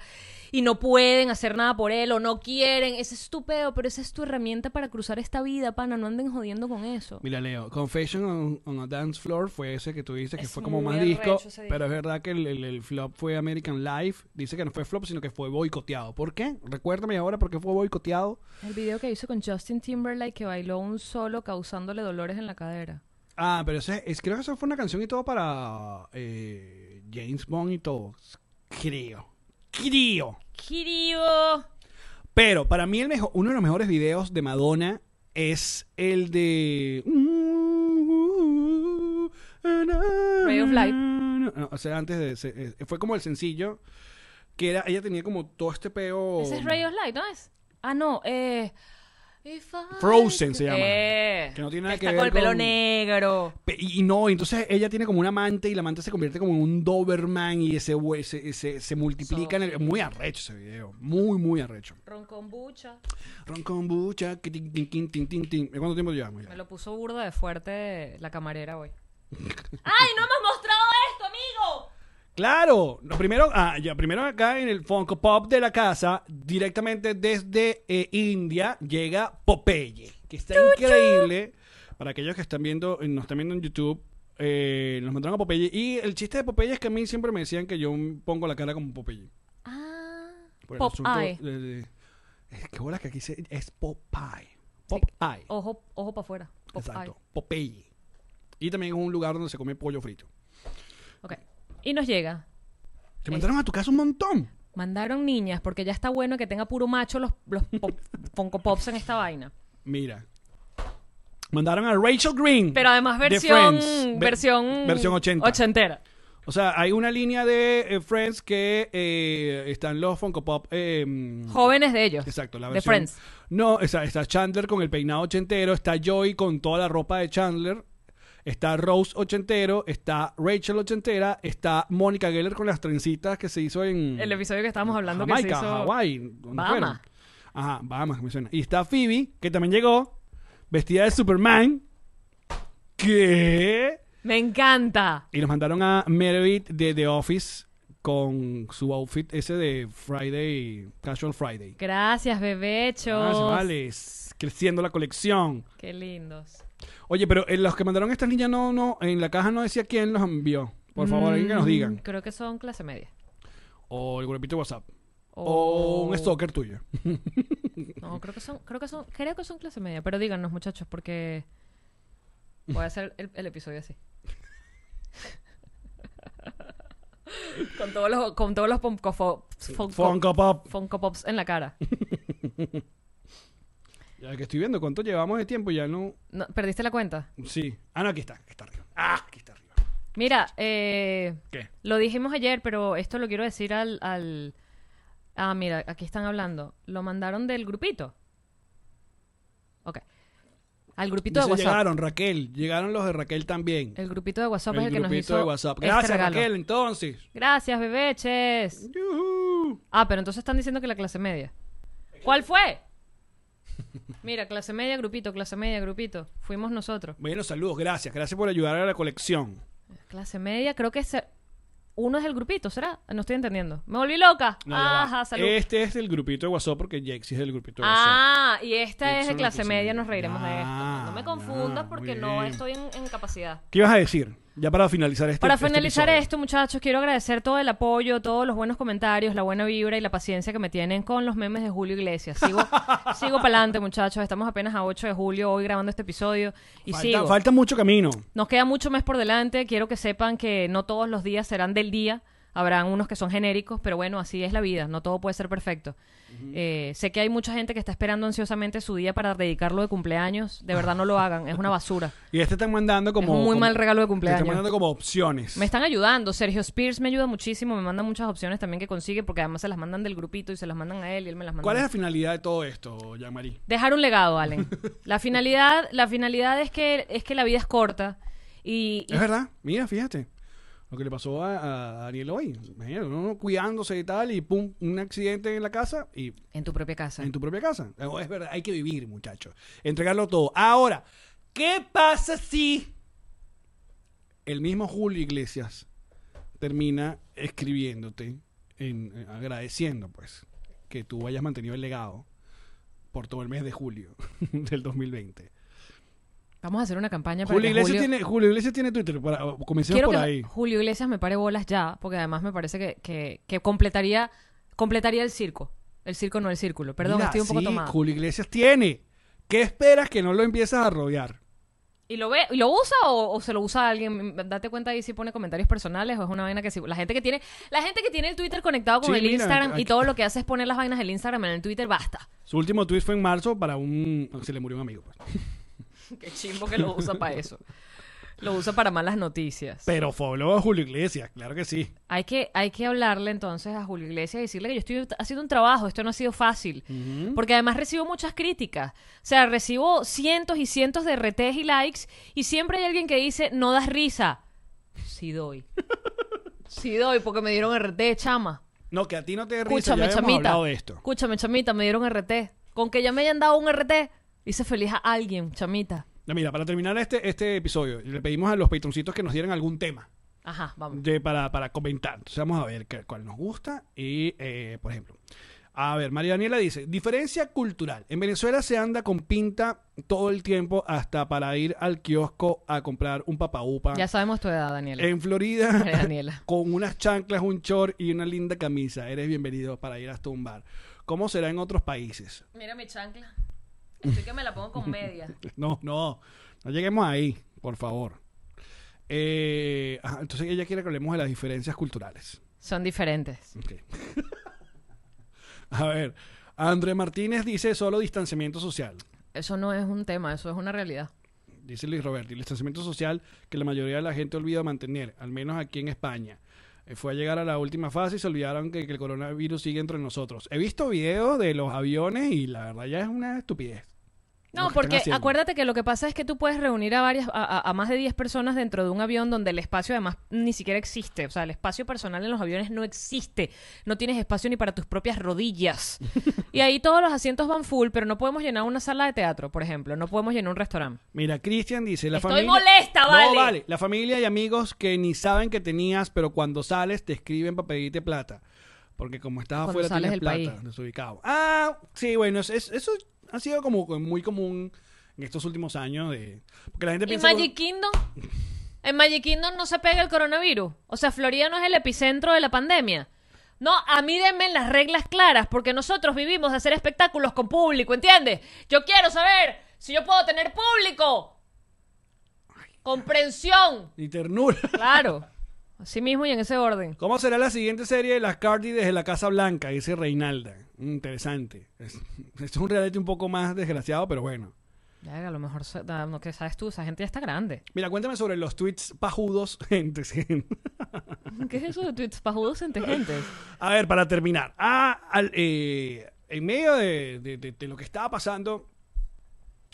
Speaker 2: y no pueden hacer nada por él o no quieren. Ese es tu peo, pero esa es tu herramienta para cruzar esta vida, pana. No anden jodiendo con eso.
Speaker 1: Mira, Leo, Confession on, on a Dance Floor fue ese que tú dices que
Speaker 2: Es
Speaker 1: fue como
Speaker 2: muy
Speaker 1: más disco,
Speaker 2: arrecho ese
Speaker 1: pero es verdad que el, el- el flop fue American Life. Dice que no fue flop, sino que fue boicoteado. ¿Por qué? Recuérdame ahora por qué fue boicoteado.
Speaker 2: El video que hizo con Justin Timberlake que bailó un solo causándole dolores en la cadera.
Speaker 1: Ah, pero ese, es, creo que eso fue una canción y todo para eh, James Bond y todo. Creo. Creo.
Speaker 2: ¡Kirio!
Speaker 1: Pero para mí el mejo- uno de los mejores videos de Madonna es el de... Ray
Speaker 2: of Light.
Speaker 1: o sea, antes de... ese- eh, Fue como el sencillo. Que era, ella tenía como todo este peo...
Speaker 2: Ese es Ray of Light, ¿no es? Ah, no. Eh, If I
Speaker 1: Frozen se
Speaker 2: could-
Speaker 1: llama.
Speaker 2: Eh,
Speaker 1: Que no tiene nada que
Speaker 2: está
Speaker 1: ver
Speaker 2: con el pelo
Speaker 1: con-
Speaker 2: negro.
Speaker 1: Pe- Y, y no, entonces ella tiene como un amante y la amante se convierte como en un Doberman y ese, hue- ese- ese- se multiplica. en el- muy arrecho ese video. Muy, muy arrecho.
Speaker 2: Ron con bucha.
Speaker 1: Ron con bucha, que tin, tin, tin, tin, tin, tin. ¿Cuánto tiempo llevamos ya?
Speaker 2: Me lo puso burda de fuerte la camarera hoy. ¡Ay, no hemos mostrado esto, amigo!
Speaker 1: Claro, lo primero, ah, ya, primero acá en el Funko Pop de la casa, directamente desde eh, India, llega Popeye, que está increíble. Para aquellos que están viendo, nos están viendo en YouTube, eh, nos mandaron a Popeye. Y el chiste de Popeye es que a mí siempre me decían que yo pongo la cara como Popeye.
Speaker 2: Ah.
Speaker 1: Por el
Speaker 2: Pop
Speaker 1: asunto
Speaker 2: eye.
Speaker 1: de- de- es que bola que aquí se, es Popeye. Popeye.
Speaker 2: Ojo, ojo para afuera. Oh, Pop
Speaker 1: Exacto,
Speaker 2: eye.
Speaker 1: Popeye. Y también es un lugar donde se come pollo frito.
Speaker 2: Ok. Y nos llega.
Speaker 1: Te mandaron a tu casa un montón.
Speaker 2: Mandaron niñas porque ya está bueno que tenga puro macho los, los pop- Funko Pops en esta vaina.
Speaker 1: Mira. Mandaron a Rachel Green.
Speaker 2: Pero además
Speaker 1: de
Speaker 2: versión
Speaker 1: Friends. Ve-
Speaker 2: versión
Speaker 1: versión 80.
Speaker 2: ochentera.
Speaker 1: O sea, hay una línea de eh, Friends que eh, están los Funko Pop. eh, mm,
Speaker 2: Jóvenes de ellos.
Speaker 1: Exacto, la
Speaker 2: de
Speaker 1: versión.
Speaker 2: Friends.
Speaker 1: No, está, está Chandler con el peinado ochentero, está Joey con toda la ropa de Chandler, está Rose ochentero, está Rachel ochentera, está Mónica Geller con las trencitas que se hizo en
Speaker 2: El episodio que estábamos hablando
Speaker 1: Jamaica,
Speaker 2: que se hizo
Speaker 1: Hawái, ¿dónde
Speaker 2: Bahamas.
Speaker 1: fueron? Ajá, Bahamas, me suena. Y está Phoebe, que también llegó, vestida de Superman. ¿Qué?
Speaker 2: Me encanta.
Speaker 1: Y nos mandaron a Meredith de The Office con su outfit ese de Friday, Casual Friday.
Speaker 2: Gracias, bebechos.
Speaker 1: Ah, se vale, s- creciendo la colección.
Speaker 2: Qué lindos.
Speaker 1: Oye, pero eh, los que mandaron estas niñas no, no, en la caja no decía quién los envió. Por favor, alguien que nos
Speaker 2: Mm,
Speaker 1: digan.
Speaker 2: Creo que son clase media.
Speaker 1: O el grupito de WhatsApp. O
Speaker 2: O-
Speaker 1: un stalker tuyo.
Speaker 2: Oh, No, creo que son creo que son creo que son clase media, pero díganos, muchachos, porque voy a hacer el, el episodio así. con todos los con todos los Funko Fo- Funko-
Speaker 1: Funko Pop.
Speaker 2: Funko Pops en la cara.
Speaker 1: Ya que estoy viendo cuánto llevamos de tiempo, ya no.
Speaker 2: No, ¿Perdiste la cuenta?
Speaker 1: Sí. Ah, no, aquí está. Aquí está arriba. Ah, aquí está arriba.
Speaker 2: Mira, eh,
Speaker 1: ¿Qué?
Speaker 2: lo dijimos ayer, pero esto lo quiero decir al, al... Ah, mira, aquí están hablando. Lo mandaron del grupito. Ok. Al grupito de
Speaker 1: Dice,
Speaker 2: WhatsApp.
Speaker 1: llegaron, Raquel. Llegaron los de Raquel también.
Speaker 2: El grupito de WhatsApp es el que nos
Speaker 1: grupito
Speaker 2: hizo
Speaker 1: de WhatsApp.
Speaker 2: este
Speaker 1: Gracias,
Speaker 2: regalo.
Speaker 1: Raquel, entonces.
Speaker 2: Gracias, bebeches.
Speaker 1: Yujú.
Speaker 2: Ah, pero entonces están diciendo que la clase media. ¿Cuál fue? Mira, clase media, grupito, clase media, grupito. Fuimos nosotros.
Speaker 1: Bueno, saludos, gracias. Gracias por ayudar a la colección.
Speaker 2: Clase media, creo que se- uno es el grupito, ¿será? No estoy entendiendo. Me volví loca.
Speaker 1: No, ya va.
Speaker 2: Ajá, salud.
Speaker 1: Este es del grupito de WhatsApp porque Jake sí es del grupito de WhatsApp.
Speaker 2: Ah, y esta
Speaker 1: Jake
Speaker 2: es de
Speaker 1: solo
Speaker 2: clase
Speaker 1: clase
Speaker 2: media,
Speaker 1: media.
Speaker 2: nos reiremos de esto.
Speaker 1: Ah,
Speaker 2: No me confundas
Speaker 1: ah,
Speaker 2: porque
Speaker 1: muy
Speaker 2: no
Speaker 1: bien.
Speaker 2: estoy en, en capacidad.
Speaker 1: ¿Qué ibas a decir? Ya para finalizar este
Speaker 2: Para
Speaker 1: este
Speaker 2: finalizar
Speaker 1: episodio.
Speaker 2: esto, muchachos, quiero agradecer todo el apoyo, todos los buenos comentarios, la buena vibra y la paciencia que me tienen con los memes de Julio Iglesias. Sigo, sigo para adelante, muchachos. Estamos apenas a 8 de julio hoy grabando este episodio y
Speaker 1: Falta,
Speaker 2: sigo.
Speaker 1: falta mucho camino.
Speaker 2: Nos queda mucho mes por delante. Quiero que sepan que no todos los días serán del día. Habrán unos que son genéricos, pero bueno, así es la vida. No todo puede ser perfecto. Eh, sé que hay mucha gente que está esperando ansiosamente su día para dedicarlo de cumpleaños. De verdad, no lo hagan. Es una basura.
Speaker 1: Y este están mandando como.
Speaker 2: Es un muy
Speaker 1: como-
Speaker 2: mal regalo de
Speaker 1: te
Speaker 2: cumpleaños.
Speaker 1: Están mandando como opciones.
Speaker 2: Me están ayudando. Sergio Spears me ayuda muchísimo. Me manda muchas opciones también que consigue, porque además se las mandan del grupito y se las mandan a él y él me las manda.
Speaker 1: ¿Cuál
Speaker 2: a
Speaker 1: es
Speaker 2: mí.
Speaker 1: la finalidad de todo esto, Jean-Marie?
Speaker 2: Dejar un legado, Allen. La finalidad, la finalidad es que es que la vida es corta y, y
Speaker 1: Es verdad, mira, fíjate. Lo que le pasó a, a Daniel hoy. Imagínate, uno cuidándose y tal, y pum, un accidente en la casa y
Speaker 2: en tu propia casa.
Speaker 1: en tu propia casa. Eh, Es verdad, hay que vivir, muchachos. Entregarlo todo. Ahora, ¿qué pasa si el mismo Julio Iglesias termina escribiéndote, en, eh, agradeciendo, pues, que tú hayas mantenido el legado por todo el mes de julio del 2020?
Speaker 2: Vamos a hacer una campaña para
Speaker 1: Julio
Speaker 2: que
Speaker 1: Iglesias,
Speaker 2: Julio-
Speaker 1: Tiene, Julio Iglesias tiene Twitter, para, comencemos
Speaker 2: Quiero
Speaker 1: por
Speaker 2: que
Speaker 1: ahí.
Speaker 2: Julio Iglesias me pare bolas ya, porque además me parece que, que- que completaría, completaría el circo. El circo no el círculo. Perdón,
Speaker 1: Mira,
Speaker 2: estoy un poco
Speaker 1: sí,
Speaker 2: tomada.
Speaker 1: Julio Iglesias tiene. ¿Qué esperas que no lo empiezas a rodear?
Speaker 2: ¿Y lo ve, y lo usa o, o se lo usa alguien? Date cuenta ahí si pone comentarios personales o es una vaina que si la gente que tiene, la gente que tiene el Twitter conectado con
Speaker 1: Sí,
Speaker 2: el
Speaker 1: mira,
Speaker 2: Instagram y
Speaker 1: aquí-
Speaker 2: todo lo que hace es poner las vainas del Instagram en el Twitter, basta.
Speaker 1: Su último tweet fue en marzo para un... Se le murió un amigo. pues.
Speaker 2: Qué chimbo que lo usa para eso. Lo usa para malas noticias.
Speaker 1: Pero follow a Julio Iglesias, claro que sí.
Speaker 2: Hay que, hay que hablarle entonces a Julio Iglesias y decirle que yo estoy haciendo un trabajo, esto no ha sido fácil. Porque además recibo muchas críticas. O sea, recibo cientos y cientos de retes y likes y siempre hay alguien que dice, no das risa. Sí doy. Sí doy, porque me dieron RT, chama.
Speaker 1: No, que a ti no te dé risa, ya
Speaker 2: Escúchame,
Speaker 1: hemos
Speaker 2: chamita.
Speaker 1: hablado de esto.
Speaker 2: Escúchame, chamita, me dieron RT. Con que ya me hayan dado un RT, hice feliz a alguien, chamita.
Speaker 1: No, Mira, para terminar este, este episodio, le pedimos a los patroncitos que nos dieran algún tema
Speaker 2: Ajá, vamos.
Speaker 1: de, para, para comentar. Entonces vamos a ver qué- cuál nos gusta y, eh, por ejemplo... A ver, María Daniela dice, diferencia cultural. En Venezuela se anda con pinta todo el tiempo hasta para ir al kiosco a comprar un papaupa.
Speaker 2: Ya sabemos tu edad, Daniela.
Speaker 1: En Florida,
Speaker 2: María Daniela.
Speaker 1: con unas chanclas, un short y una linda camisa. Eres bienvenido para ir hasta un bar. ¿Cómo será en otros países?
Speaker 2: Mira mi chancla. Estoy que me la pongo con media.
Speaker 1: No, no, no lleguemos ahí, por favor. Eh, ajá, entonces ella quiere que hablemos de las diferencias culturales.
Speaker 2: Son diferentes.
Speaker 1: Ok. A ver, André Martínez dice solo distanciamiento social.
Speaker 2: Eso no es un tema, eso es una realidad.
Speaker 1: Dice Luis Roberto, el distanciamiento social que la mayoría de la gente olvida mantener, al menos aquí en España. Eh, Fue a llegar a la última fase y se olvidaron que, que el coronavirus sigue entre nosotros. He visto videos de los aviones y la verdad ya es una estupidez.
Speaker 2: No,
Speaker 1: Lo que
Speaker 2: porque
Speaker 1: están haciendo.
Speaker 2: acuérdate que lo que pasa es que tú puedes reunir a varias, a, a- a más de 10 personas dentro de un avión donde el espacio además ni siquiera existe. O sea, el espacio personal en los aviones no existe. No tienes espacio ni para tus propias rodillas. y ahí todos los asientos van full, pero no podemos llenar una sala de teatro, por ejemplo. No podemos llenar un restaurante.
Speaker 1: Mira, Cristian dice, la
Speaker 2: Estoy
Speaker 1: familia...
Speaker 2: molesta, vale.
Speaker 1: No, vale. La familia y amigos que ni saben que tenías, pero cuando sales te escriben para pedirte plata. Porque como estás
Speaker 2: Cuando
Speaker 1: afuera tienes
Speaker 2: sales del
Speaker 1: plata,
Speaker 2: país.
Speaker 1: desubicado. Ah, sí, bueno, es- es- eso ha sido como muy común en estos últimos años de... Porque la gente
Speaker 2: ¿Y
Speaker 1: piensa... que-
Speaker 2: Magic Kingdom? ¿En Magic Kingdom no se pega el coronavirus? O sea, Florida no es el epicentro de la pandemia. No, a mí denme las reglas claras, porque nosotros vivimos de hacer espectáculos con público, ¿entiendes? Yo quiero saber si yo puedo tener público. Comprensión.
Speaker 1: Ni ternura.
Speaker 2: Claro. Así mismo y en ese orden.
Speaker 1: ¿Cómo será la siguiente serie de las Cardi desde la Casa Blanca? Dice Reinalda. Interesante. Es, es un reality un poco más desgraciado, pero bueno.
Speaker 2: Ya, a lo mejor, se- da- no, que sabes tú, esa gente ya está grande.
Speaker 1: Mira, cuéntame sobre los tweets pajudos. gente, sí.
Speaker 2: ¿Qué es eso de tweets pajudos entre gentes?
Speaker 1: A ver, para terminar. Ah, al- eh, en medio de, de- de- de lo que estaba pasando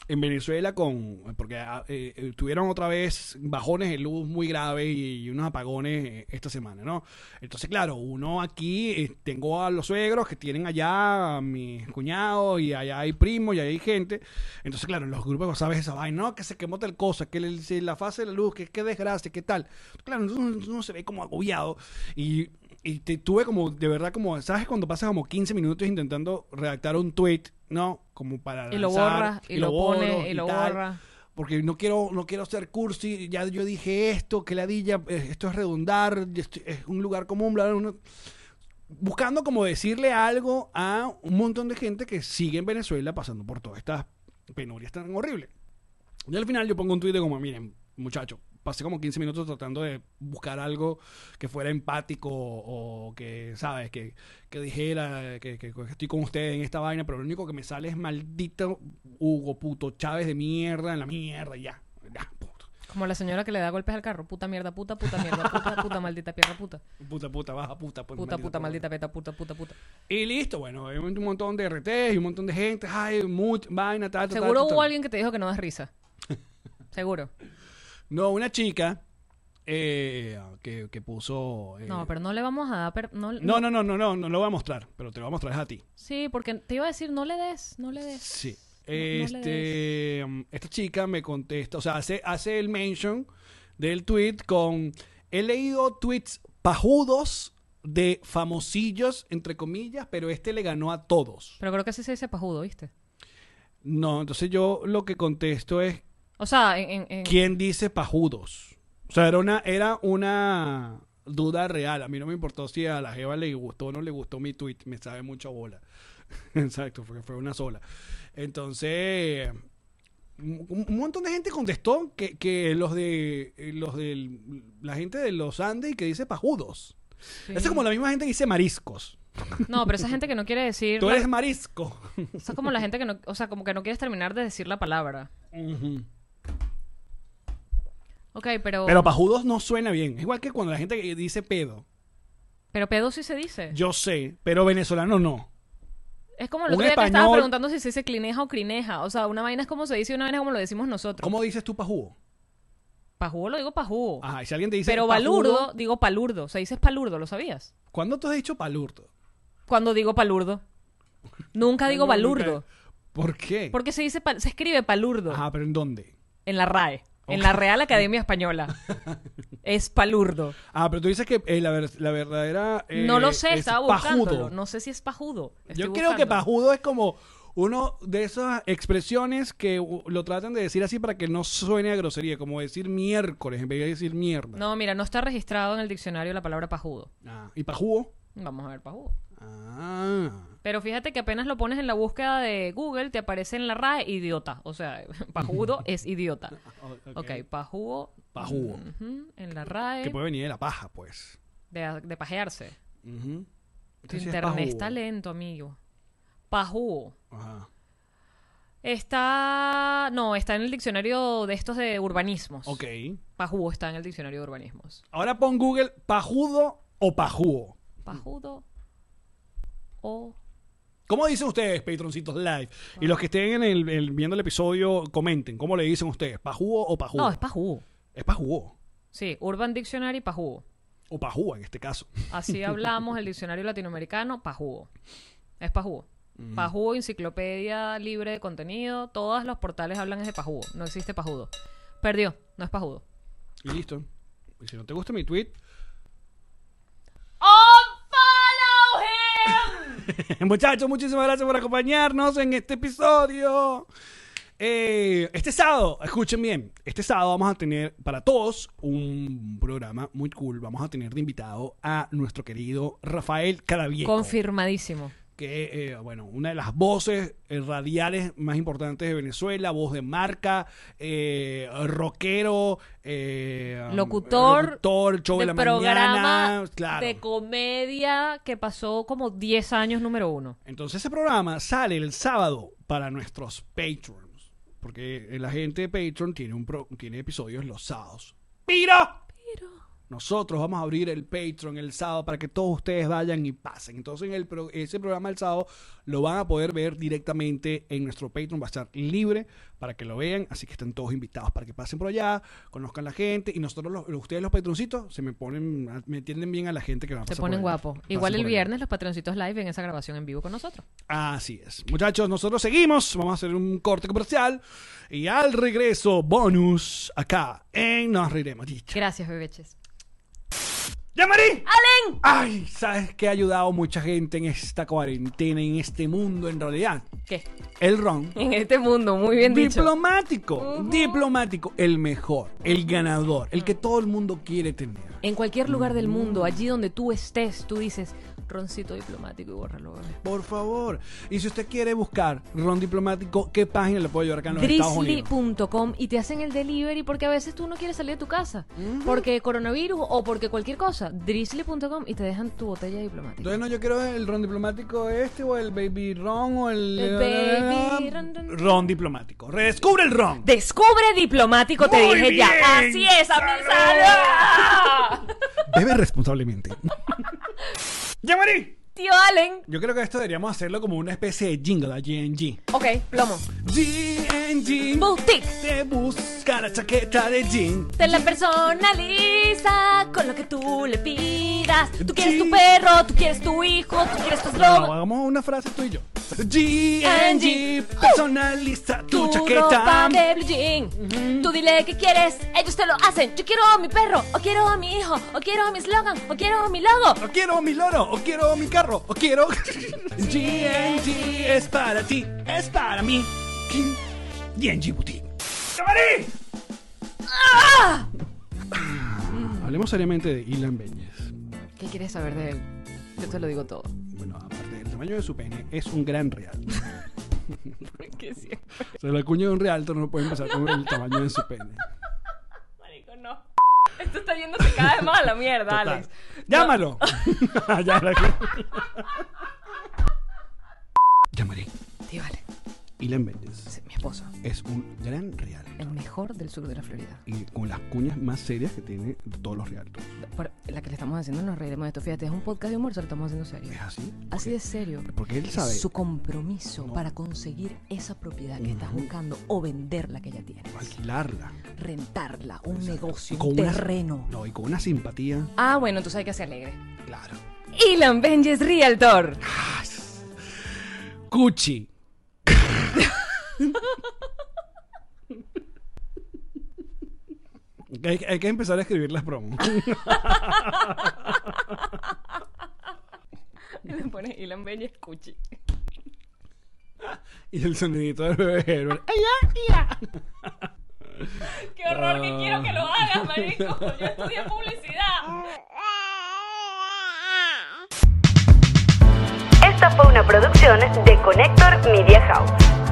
Speaker 1: en Venezuela con porque ah, eh, tuvieron otra vez bajones de luz muy graves y, y unos apagones eh, esta semana, ¿no? Entonces, claro, uno aquí eh, tengo a los suegros que tienen allá a mis cuñados y allá hay primos y allá hay gente. Entonces, claro, en los grupos sabes esa vaina, no, que se quemó tal cosa, que el- se- la fase de la luz, que qué desgracia, qué tal. Claro, entonces uno, uno se ve como agobiado y y te tuve como, de verdad, como, ¿sabes cuando pasas como 15 minutos intentando redactar un tweet, ¿no? Como para.
Speaker 2: Y lo
Speaker 1: lanzar,
Speaker 2: borras, y lo pones,
Speaker 1: borro
Speaker 2: y lo
Speaker 1: tal,
Speaker 2: borras.
Speaker 1: Porque no quiero, no quiero ser cursi, ya yo dije esto, que ladilla, eh, esto es redundar, y esto es un lugar común, bla, bla, bla. Buscando como decirle algo a un montón de gente que sigue en Venezuela pasando por todas estas penurias tan horribles. Y al final yo pongo un tuit de como, miren, muchachos, pasé como 15 minutos tratando de buscar algo que fuera empático o, o que, ¿sabes? Que, que dijera que, que- que estoy con ustedes en esta vaina, pero lo único que me sale es maldito Hugo puto Chávez de mierda en la mierda y ya. Ya, puto.
Speaker 2: Como la señora que le da golpes al carro. Puta mierda, puta, puta mierda, puta, puta, maldita pierna, puta.
Speaker 1: Puta, puta, baja, puta, pues,
Speaker 2: Puta, puta,
Speaker 1: porra.
Speaker 2: maldita peta, puta, puta, puta.
Speaker 1: Y listo, bueno, hay un montón de RTs y un montón de gente, ay, mucha vaina, tal, tal, tal,
Speaker 2: Seguro
Speaker 1: tal,
Speaker 2: hubo
Speaker 1: tal.
Speaker 2: alguien que te dijo que no das risa. Seguro.
Speaker 1: No, una chica eh, que, que puso... eh,
Speaker 2: No, pero no le vamos a dar. per- no,
Speaker 1: No, no, no, no, no, no lo voy a mostrar, pero te lo voy a mostrar es a ti.
Speaker 2: Sí, porque te iba a decir, no le des, Eh, no le des.
Speaker 1: Sí.
Speaker 2: le
Speaker 1: Este, mm, esta chica me contesta, o sea, hace, hace el mention del tweet con, he leído tweets pajudos de famosillos, entre comillas, pero este le ganó a todos.
Speaker 2: Pero creo que así se dice pajudo, ¿viste?
Speaker 1: No, entonces yo lo que contesto es,
Speaker 2: O sea, en. en- en-
Speaker 1: ¿quién dice pajudos? O sea, era una, era una duda real. A mí no me importó si a la Jeva le gustó o no le gustó mi tweet. Me sabe mucho a bola. Exacto, porque fue una sola. Entonces, un, un montón de gente contestó que, que los de los del la gente de los Andes que dice pajudos.
Speaker 2: sí.
Speaker 1: Esa es como la misma gente que dice mariscos.
Speaker 2: No, pero esa gente que no quiere decir.
Speaker 1: Tú
Speaker 2: la-
Speaker 1: eres marisco.
Speaker 2: Esa es como la gente que no. O sea, como que no quieres terminar de decir la palabra.
Speaker 1: Ujú.
Speaker 2: Ok, pero.
Speaker 1: Pero pajudos no suena bien. Es igual que cuando la gente que dice pedo.
Speaker 2: pero pedo sí se dice.
Speaker 1: Yo sé, pero venezolano no.
Speaker 2: es como
Speaker 1: un
Speaker 2: el otro día que estaba
Speaker 1: español-
Speaker 2: preguntando si se dice clineja o crineja. O sea, una vaina es como se dice y una vaina es como lo decimos nosotros.
Speaker 1: ¿Cómo dices tú pajudo?
Speaker 2: Pajudo lo digo pajudo.
Speaker 1: Ajá, y si alguien te Ah, dice
Speaker 2: Pero
Speaker 1: pajudo,
Speaker 2: balurdo, digo palurdo. O sea, dices palurdo, ¿lo sabías?
Speaker 1: ¿Cuándo tú has dicho palurdo?
Speaker 2: Cuando digo palurdo. Nunca digo
Speaker 1: No, nunca.
Speaker 2: balurdo.
Speaker 1: ¿Por qué?
Speaker 2: Porque se dice pal- se escribe palurdo
Speaker 1: Ajá, pero ¿en dónde?
Speaker 2: en la RAE, en
Speaker 1: Ok.
Speaker 2: la Real Academia Española. es palurdo.
Speaker 1: Ah, pero tú dices que eh, la, ver- la verdadera... eh,
Speaker 2: no lo sé,
Speaker 1: es
Speaker 2: estaba
Speaker 1: pajudo.
Speaker 2: buscándolo. No sé si es pajudo. Estoy
Speaker 1: Yo creo que
Speaker 2: buscando.
Speaker 1: pajudo es como uno de esas expresiones que uh, lo tratan de decir así para que no suene a grosería, como decir miércoles en vez de decir mierda.
Speaker 2: No, mira, no está registrado en el diccionario la palabra pajudo.
Speaker 1: Ah, ¿Y pajudo?
Speaker 2: Vamos a ver pajudo.
Speaker 1: Ah.
Speaker 2: Pero fíjate que apenas lo pones en la búsqueda de Google, te aparece en la RAE idiota. O sea, pajudo es idiota.
Speaker 1: o-
Speaker 2: Ok, pajudo.
Speaker 1: Pajudo.
Speaker 2: Ujú, en la RAE.
Speaker 1: Que puede venir de la paja, pues.
Speaker 2: De, de pajearse.
Speaker 1: Ujú.
Speaker 2: Tu
Speaker 1: Entonces es
Speaker 2: internet
Speaker 1: pajudo.
Speaker 2: está lento, amigo. Pajú.
Speaker 1: Ajá.
Speaker 2: Está. No, está en el diccionario de estos de urbanismos.
Speaker 1: Ok.
Speaker 2: Pajú está en el diccionario de urbanismos.
Speaker 1: Ahora pon Google pajudo o pajudo. Mm.
Speaker 2: Pajudo. O.
Speaker 1: ¿Cómo dicen ustedes, patroncitos live? Y los que estén en el, el- viendo el episodio, comenten. ¿Cómo le dicen ustedes? ¿Pajúo o pajúo?
Speaker 2: No, es pajú.
Speaker 1: es pajúo.
Speaker 2: Sí, Urban Dictionary, pajú.
Speaker 1: O pajúa en este caso.
Speaker 2: Así hablamos, el diccionario latinoamericano, pajú. Es pajú. Pajú, enciclopedia libre de contenido. Todos los portales hablan es de pajú. No existe pajudo. Perdió, no es pajudo.
Speaker 1: Y listo. Y si no te gusta mi tweet,
Speaker 2: ¡Unfollow him!
Speaker 1: muchachos, muchísimas gracias por acompañarnos en este episodio. Eh, este sábado, escuchen bien, este sábado vamos a tener para todos un programa muy cool. Vamos a tener de invitado a nuestro querido Rafael Caravieco.
Speaker 2: Confirmadísimo.
Speaker 1: que, eh, bueno, una de las voces eh, radiales más importantes de Venezuela, voz de marca, eh, rockero, eh, um,
Speaker 2: Locutor
Speaker 1: locutor, show de, la mañana, claro.
Speaker 2: de comedia que pasó como 10 años número uno.
Speaker 1: Entonces ese programa sale el sábado para nuestros patrons, porque la gente de Patreon tiene, un pro- tiene episodios los sábados. ¡Piro! Nosotros vamos a abrir el Patreon el sábado para que todos ustedes vayan y pasen. Entonces, en el pro- ese programa el sábado lo van a poder ver directamente en nuestro Patreon. Va a estar libre para que lo vean. Así que están todos invitados para que pasen por allá, conozcan la gente. Y nosotros, los- ustedes, los patroncitos, se me ponen, me entienden bien a la gente que va a
Speaker 2: Se
Speaker 1: pasar por
Speaker 2: ponen
Speaker 1: allá.
Speaker 2: guapos.
Speaker 1: Pasen
Speaker 2: Igual el
Speaker 1: por allá.
Speaker 2: viernes los patroncitos live en esa grabación en vivo con nosotros.
Speaker 1: Así es. Muchachos, nosotros seguimos. Vamos a hacer un corte comercial. Y al regreso, bonus acá en Nos Riremos. Chicha.
Speaker 2: Gracias, bebeches.
Speaker 1: ¡Ya, Marí!
Speaker 2: ¡Alen!
Speaker 1: Ay, sabes que ha ayudado mucha gente en esta cuarentena, en este mundo en realidad.
Speaker 2: ¿Qué?
Speaker 1: El ron.
Speaker 2: En este mundo, muy bien dicho.
Speaker 1: diplomático, diplomático, el mejor, el ganador, el que todo el mundo quiere tener.
Speaker 2: En cualquier lugar
Speaker 1: Mm.
Speaker 2: del mundo, allí donde tú estés, tú dices roncito diplomático y bórralo. bebé".
Speaker 1: Por favor. Y si usted quiere buscar ron diplomático, ¿qué página le puedo llevar acá en los Estados Unidos?
Speaker 2: Drizzly.com y te hacen el delivery porque a veces tú no quieres salir de tu casa porque coronavirus o porque cualquier cosa. Drizzly.com y te dejan tu botella diplomática.
Speaker 1: Entonces no, yo quiero el ron diplomático este o el baby ron o el... eh, ah,
Speaker 2: El baby ron, ron, ron.
Speaker 1: Ron diplomático. Redescubre el ron.
Speaker 2: Descubre diplomático, te
Speaker 1: Muy
Speaker 2: dije ya.
Speaker 1: bien,
Speaker 2: Así es, amizada.
Speaker 1: Bebe responsablemente. ¡Llamarí!
Speaker 2: Tío Allen.
Speaker 1: Yo creo que esto deberíamos hacerlo como una especie de jingle a GNG.
Speaker 2: Ok, plomo.
Speaker 1: GNG
Speaker 2: Boutique.
Speaker 1: te busca la chaqueta de jean.
Speaker 2: Te la personaliza con lo que tú le pidas. Tú quieres tu
Speaker 1: Sí.
Speaker 2: perro, tú quieres tu hijo, tú quieres tu
Speaker 1: No,
Speaker 2: eslogan.
Speaker 1: hagamos una frase tú y yo. GNG personaliza tu
Speaker 2: ropa
Speaker 1: chaqueta.
Speaker 2: de blue jean. Tú dile qué quieres, ellos te lo hacen. Yo quiero a mi perro, o quiero a mi hijo, o quiero a mi slogan, o quiero a mi logo.
Speaker 1: O quiero mi loro, o quiero mi carro, o quiero. GNG es para ti, es para mí. GNG Boutique. ¡Llamarí! Hablemos seriamente de Ilan Beñez.
Speaker 2: ¿Qué quieres saber de él? Yo te lo digo todo.
Speaker 1: Bueno, aparte del tamaño de su pene, es un gran real.
Speaker 2: Porque siempre,
Speaker 1: O sea, la cuña de un realtor no puede empezar con el tamaño de su pene.
Speaker 2: marico, no. Esto está yéndose cada vez más a la mierda,
Speaker 1: Total.
Speaker 2: Alex.
Speaker 1: ¡Llámalo! ya la... Llamaré.
Speaker 2: Tío Alex,
Speaker 1: Ilan Méndez
Speaker 2: mi esposo,
Speaker 1: es un gran realtor.
Speaker 2: el mejor del sur de la Florida.
Speaker 1: Y con las cuñas más serias que tiene todos los realtors.
Speaker 2: Por la que le estamos haciendo, nos reiremos de esto. Fíjate, es un podcast de humor, se lo estamos haciendo serio.
Speaker 1: ¿Es así?
Speaker 2: Así de serio.
Speaker 1: Porque él sabe.
Speaker 2: Su compromiso para conseguir esa propiedad que estás buscando o vender la que ya tienes.
Speaker 1: Alquilarla.
Speaker 2: rentarla, un negocio,
Speaker 1: Y
Speaker 2: un
Speaker 1: una-
Speaker 2: terreno.
Speaker 1: No, y con una simpatía.
Speaker 2: Ah, bueno, entonces hay que hacer alegre.
Speaker 1: Claro.
Speaker 2: Ilan Benjes Realtor.
Speaker 1: Cuchi. hay, hay que empezar a escribir las promos.
Speaker 2: Le pones Ilan Benjes Cuchi.
Speaker 1: y el sonidito del bebé Herbert. ¡Ay,
Speaker 2: Qué horror que quiero que lo hagas, marico. Yo estudié publicidad.
Speaker 3: Esta fue una producción de Connector Media House.